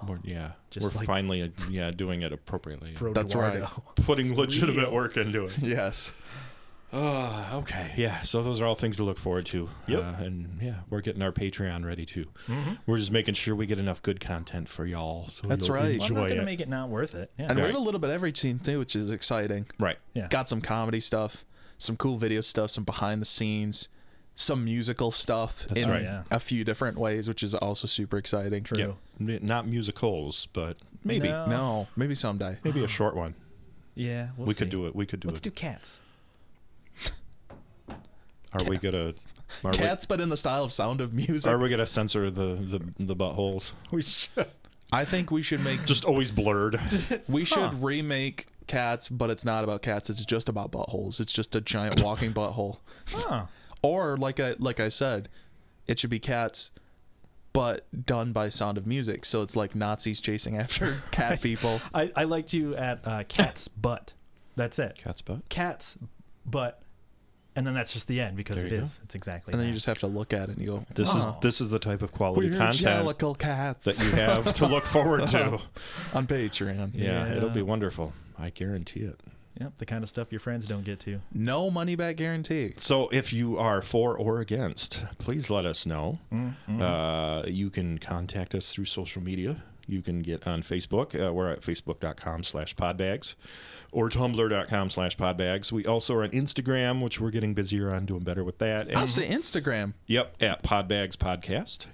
A: We're, yeah.
B: Just
A: We're
B: like-
A: finally uh, yeah, doing it appropriately.
B: Bro
C: That's
B: Eduardo.
C: right.
A: [laughs] Putting legitimate work into it.
C: Yes.
A: Uh, okay. Yeah. So those are all things to look forward to.
B: Yep.
A: Uh, and yeah, we're getting our Patreon ready too. We're just making sure we get enough good content for y'all. So
C: That's
A: you'll
C: right.
B: Well, I'm not
A: Enjoy
B: going to
A: it.
B: make it not worth it. Yeah.
C: And we have
A: Right.
C: a little bit of everything too, which is exciting.
A: right.
B: yeah.
C: Got some comedy stuff, some cool video stuff, some behind the scenes, some musical stuff in
B: right, yeah.
C: a few different ways, which is also super exciting.
B: True.
A: Yeah. N- Not musicals, but maybe
B: No.
C: No, maybe someday.
A: maybe a short one.
B: Yeah. We'll
A: we could do it. We could do
B: Let's
A: it.
B: do cats.
A: are we gonna? Are
C: Cats, but in the style of Sound of
A: we,
C: Music.
A: are we gonna censor the the, the buttholes?
B: [laughs] We should.
C: I think we should make
A: Just always blurred.
C: we should remake Cats, but it's not about cats. It's just about buttholes. It's just
A: [coughs]
C: a giant walking butthole.
B: Huh.
C: Or like I like I said, it should be Cats, but done by Sound of Music. So it's like Nazis
A: [laughs]
C: chasing after cat people.
B: [laughs] I, I liked you at uh, [laughs] cat's butt. That's it.
A: Cat's butt.
B: Cat's butt. And then that's just the end because
A: There
B: it
A: you go.
B: is. It's exactly.
C: And then
B: that.
C: you just have to look at it and you go,
A: This is
B: Oh.
A: this is the type of quality
C: We're
A: content
C: Jellicle cats
A: that you have to look forward
B: [laughs]
A: to.
C: on Patreon.
A: Yeah,
B: Yeah.
A: it'll be wonderful. I guarantee it.
B: Yep, the kind of stuff your friends don't get to.
C: No money back guarantee.
A: So, if you are for or against, please let us know. Uh, you can contact us through social media. You can get on Facebook. Uh, we're at facebook.com slash podbags or tumblr.com slash podbags. We also are on Instagram, which we're getting busier on, doing better with that.
C: I'll
A: And-
C: say Instagram.
A: Yep, at Podbags Podcast.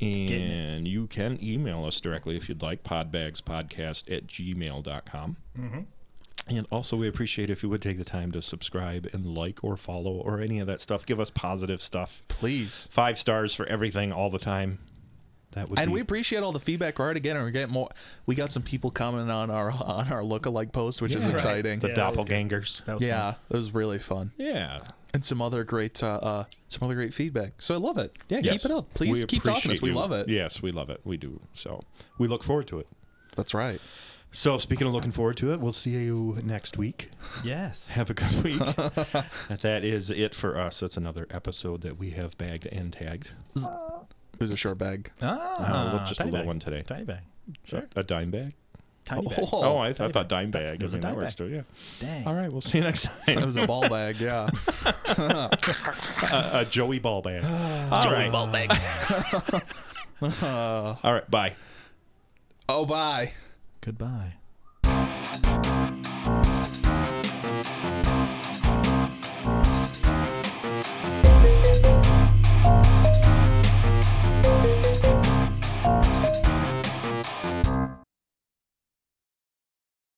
A: And you can email us directly if you'd like, podbagspodcast at gmail.com. Mm-hmm. And also, we appreciate if you would take the time to subscribe and like or follow or any of that stuff. Give us positive stuff.
C: Please.
A: Five stars for everything all the time. That would
C: And
A: be
C: we appreciate all the feedback we're already getting. We're getting more. We got some people commenting on our on our lookalike post, which is
B: Yeah.
C: exciting.
A: the
B: Yeah, that was good.
A: doppelgangers.
B: That was
C: Yeah, it was really fun,
A: Yeah.
C: and some other great uh, uh some other great feedback. So I love it. Yeah,
A: Yes.
C: keep it up, please.
A: We
C: keep talking to us.
A: appreciate
C: We
A: you.
C: love it.
A: Yes, we love it. We do. So we look forward to it.
C: That's right.
A: So, speaking of looking forward to it, we'll see you next week. [laughs]
B: fun. Yes.
A: Have a good week. that is it for us. That's another episode that we have bagged and tagged.
C: It was a short bag.
B: Ah,
A: look, just a
B: tiny
A: little
B: bag.
A: one today.
B: Tiny bag. Sure.
A: A dime bag?
B: Tiny bag.
A: Oh,
C: [laughs] Oh,
A: I, I thought dime bag.
B: There's
A: I
B: a
A: mean, that
B: dime
A: works
B: bag.
A: too, yeah.
B: Dang.
A: All right, we'll see you next
C: It
A: time.
C: was a ball bag.
A: [laughs]
C: Yeah.
A: a Joey ball bag. All right.
C: ball bag.
A: [laughs] All right, bye.
C: Oh, bye.
B: Goodbye.